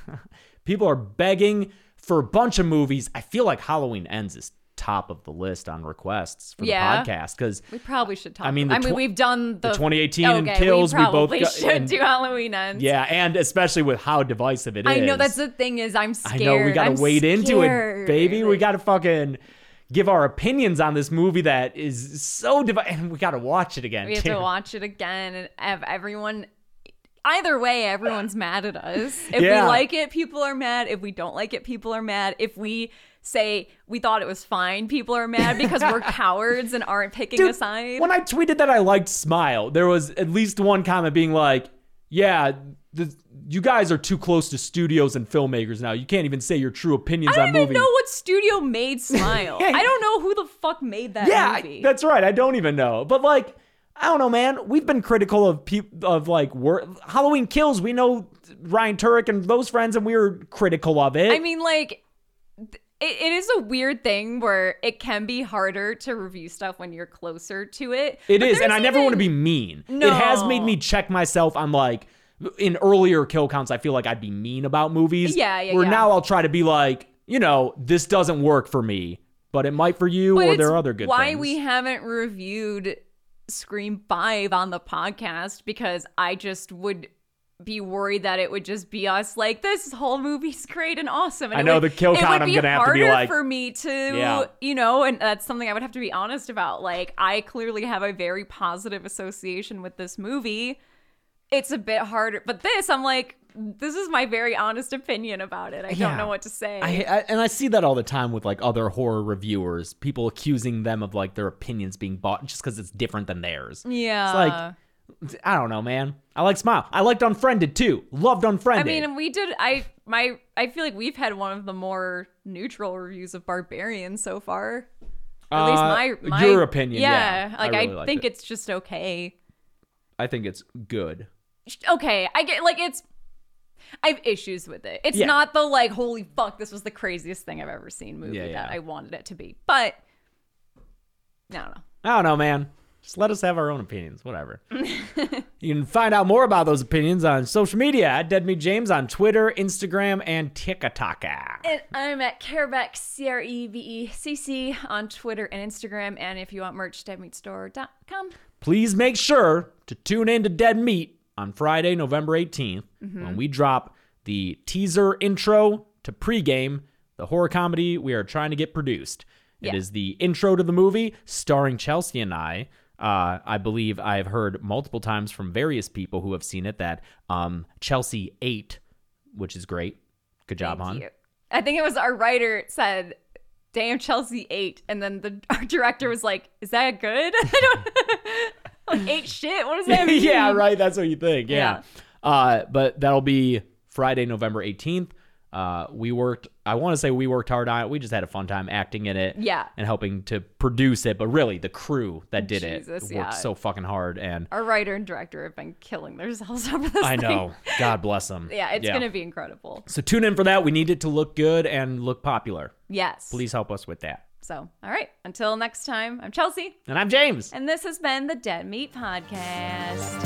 people are begging for a bunch of movies. I feel like Halloween ends is top of the list on requests for
Yeah.
the podcast because
We probably should talk.
I mean, the
I mean,
tw-
we've done the,
the 2018 and
okay,
Kills,
We
we both
probably
got-
should
and-
do Halloween ends.
yeah, and especially with how divisive it is.
I know that's the thing is I'm scared.
I know we gotta
I'm
wade into it,
scared.
baby. We gotta fucking give our opinions on this movie that is so divi- and we gotta watch it again.
We have
too.
to watch it again and have everyone. Either way, everyone's mad at us. If
Yeah.
we like it, people are mad. If we don't like it, people are mad. If we say we thought it was fine, people are mad because we're cowards and aren't picking a
Dude,
side.
When I tweeted that I liked Smile, there was at least one comment being like, "Yeah, the, you guys are too close to studios and filmmakers now. You can't even say your true opinions
I
on
don't
movies."
even know what studio made Smile. I don't know who the fuck made that
yeah, I-
movie.
that's right. I don't even know. But like, I don't know, man. We've been critical of people of like wor- Halloween Kills. We know Ryan Turek and those friends, and we were critical of it.
I mean, like, th- it, it is a weird thing where it can be harder to review stuff when you're closer to it.
It
But
is, and
there's
I never want to
even-
be mean. It
No.
has made me check myself. I'm like, in earlier kill counts, I feel like I'd be mean about movies.
Yeah, yeah,
Where
yeah.
now I'll try to be like, you know, this doesn't work for me, but it might for you,
But
or there
it's
are other good
Why
things.
we haven't reviewed Scream Five on the podcast because I just would be worried that it would just be us like this whole movie's great and awesome. And
I
it
know
would-
the kill
it
count
would
I'm
be
gonna have to be
harder
like-
for me to
Yeah.
you know, and that's something I would have to be honest about. Like I clearly have a very positive association with this movie. It's a bit harder, but this I'm like. This is my very honest opinion about it. I
Yeah.
don't know what to say.
I, I and I see that all the time with like other horror reviewers, people accusing them of like their opinions being bought just because it's different than theirs.
yeah.
It's like I don't know, man. I like Smile. I liked Unfriended too. Loved
I
Unfriended.
mean, and we did. I my I feel like we've had one of the more neutral reviews of Barbarian so far. At least my,
Uh,
my
your opinion. Yeah,
like
I,
I,
really liked
think
it.
it's just okay.
I think it's good.
Okay, I get like it's. I have issues with it. It's
Yeah.
not the like holy fuck, this was the craziest thing I've ever seen movie
Yeah,
that
yeah.
I wanted it to be, but I don't know.
I don't know, man. Just let us have our own opinions. Whatever. You can find out more about those opinions on social media at Dead Meat James on Twitter, Instagram, and TikTok.
And I'm at Carebeck, C R E B E C C, on Twitter and Instagram. And if you want merch, deadmeatstore.com.
Please make sure to tune in to Dead Meat on Friday, November 18th,
Mm-hmm.
when we drop the teaser intro to pregame, the horror comedy we are trying to get produced. It
Yeah.
is the intro to the movie starring Chelsea and I. Uh, I believe I've heard multiple times from various people who have seen it that um, Chelsea ate, which is great. Good job,
Thank
hon.
you. I think it was our writer said, "Damn, Chelsea ate," and then the our director was like, "Is that good?" I don't like ate shit. What does that mean?
yeah, right. That's what you think. Yeah. Uh, but that'll be Friday, November 18th. Uh, we worked, I want to say we worked hard on it. We just had a fun time acting in it.
Yeah.
And helping to produce it. But really, the crew that did it
Jesus,
worked
yeah.
so fucking hard. And
Our writer and director have been killing themselves over this.
I
thing.
know. God bless them.
Yeah, it's gonna be incredible.
So tune in for that. We need it to look good and look popular.
Yes.
Please help us with that.
So, all right. Until next time, I'm Chelsea,
And I'm James.
and this has been the Dead Meat Podcast.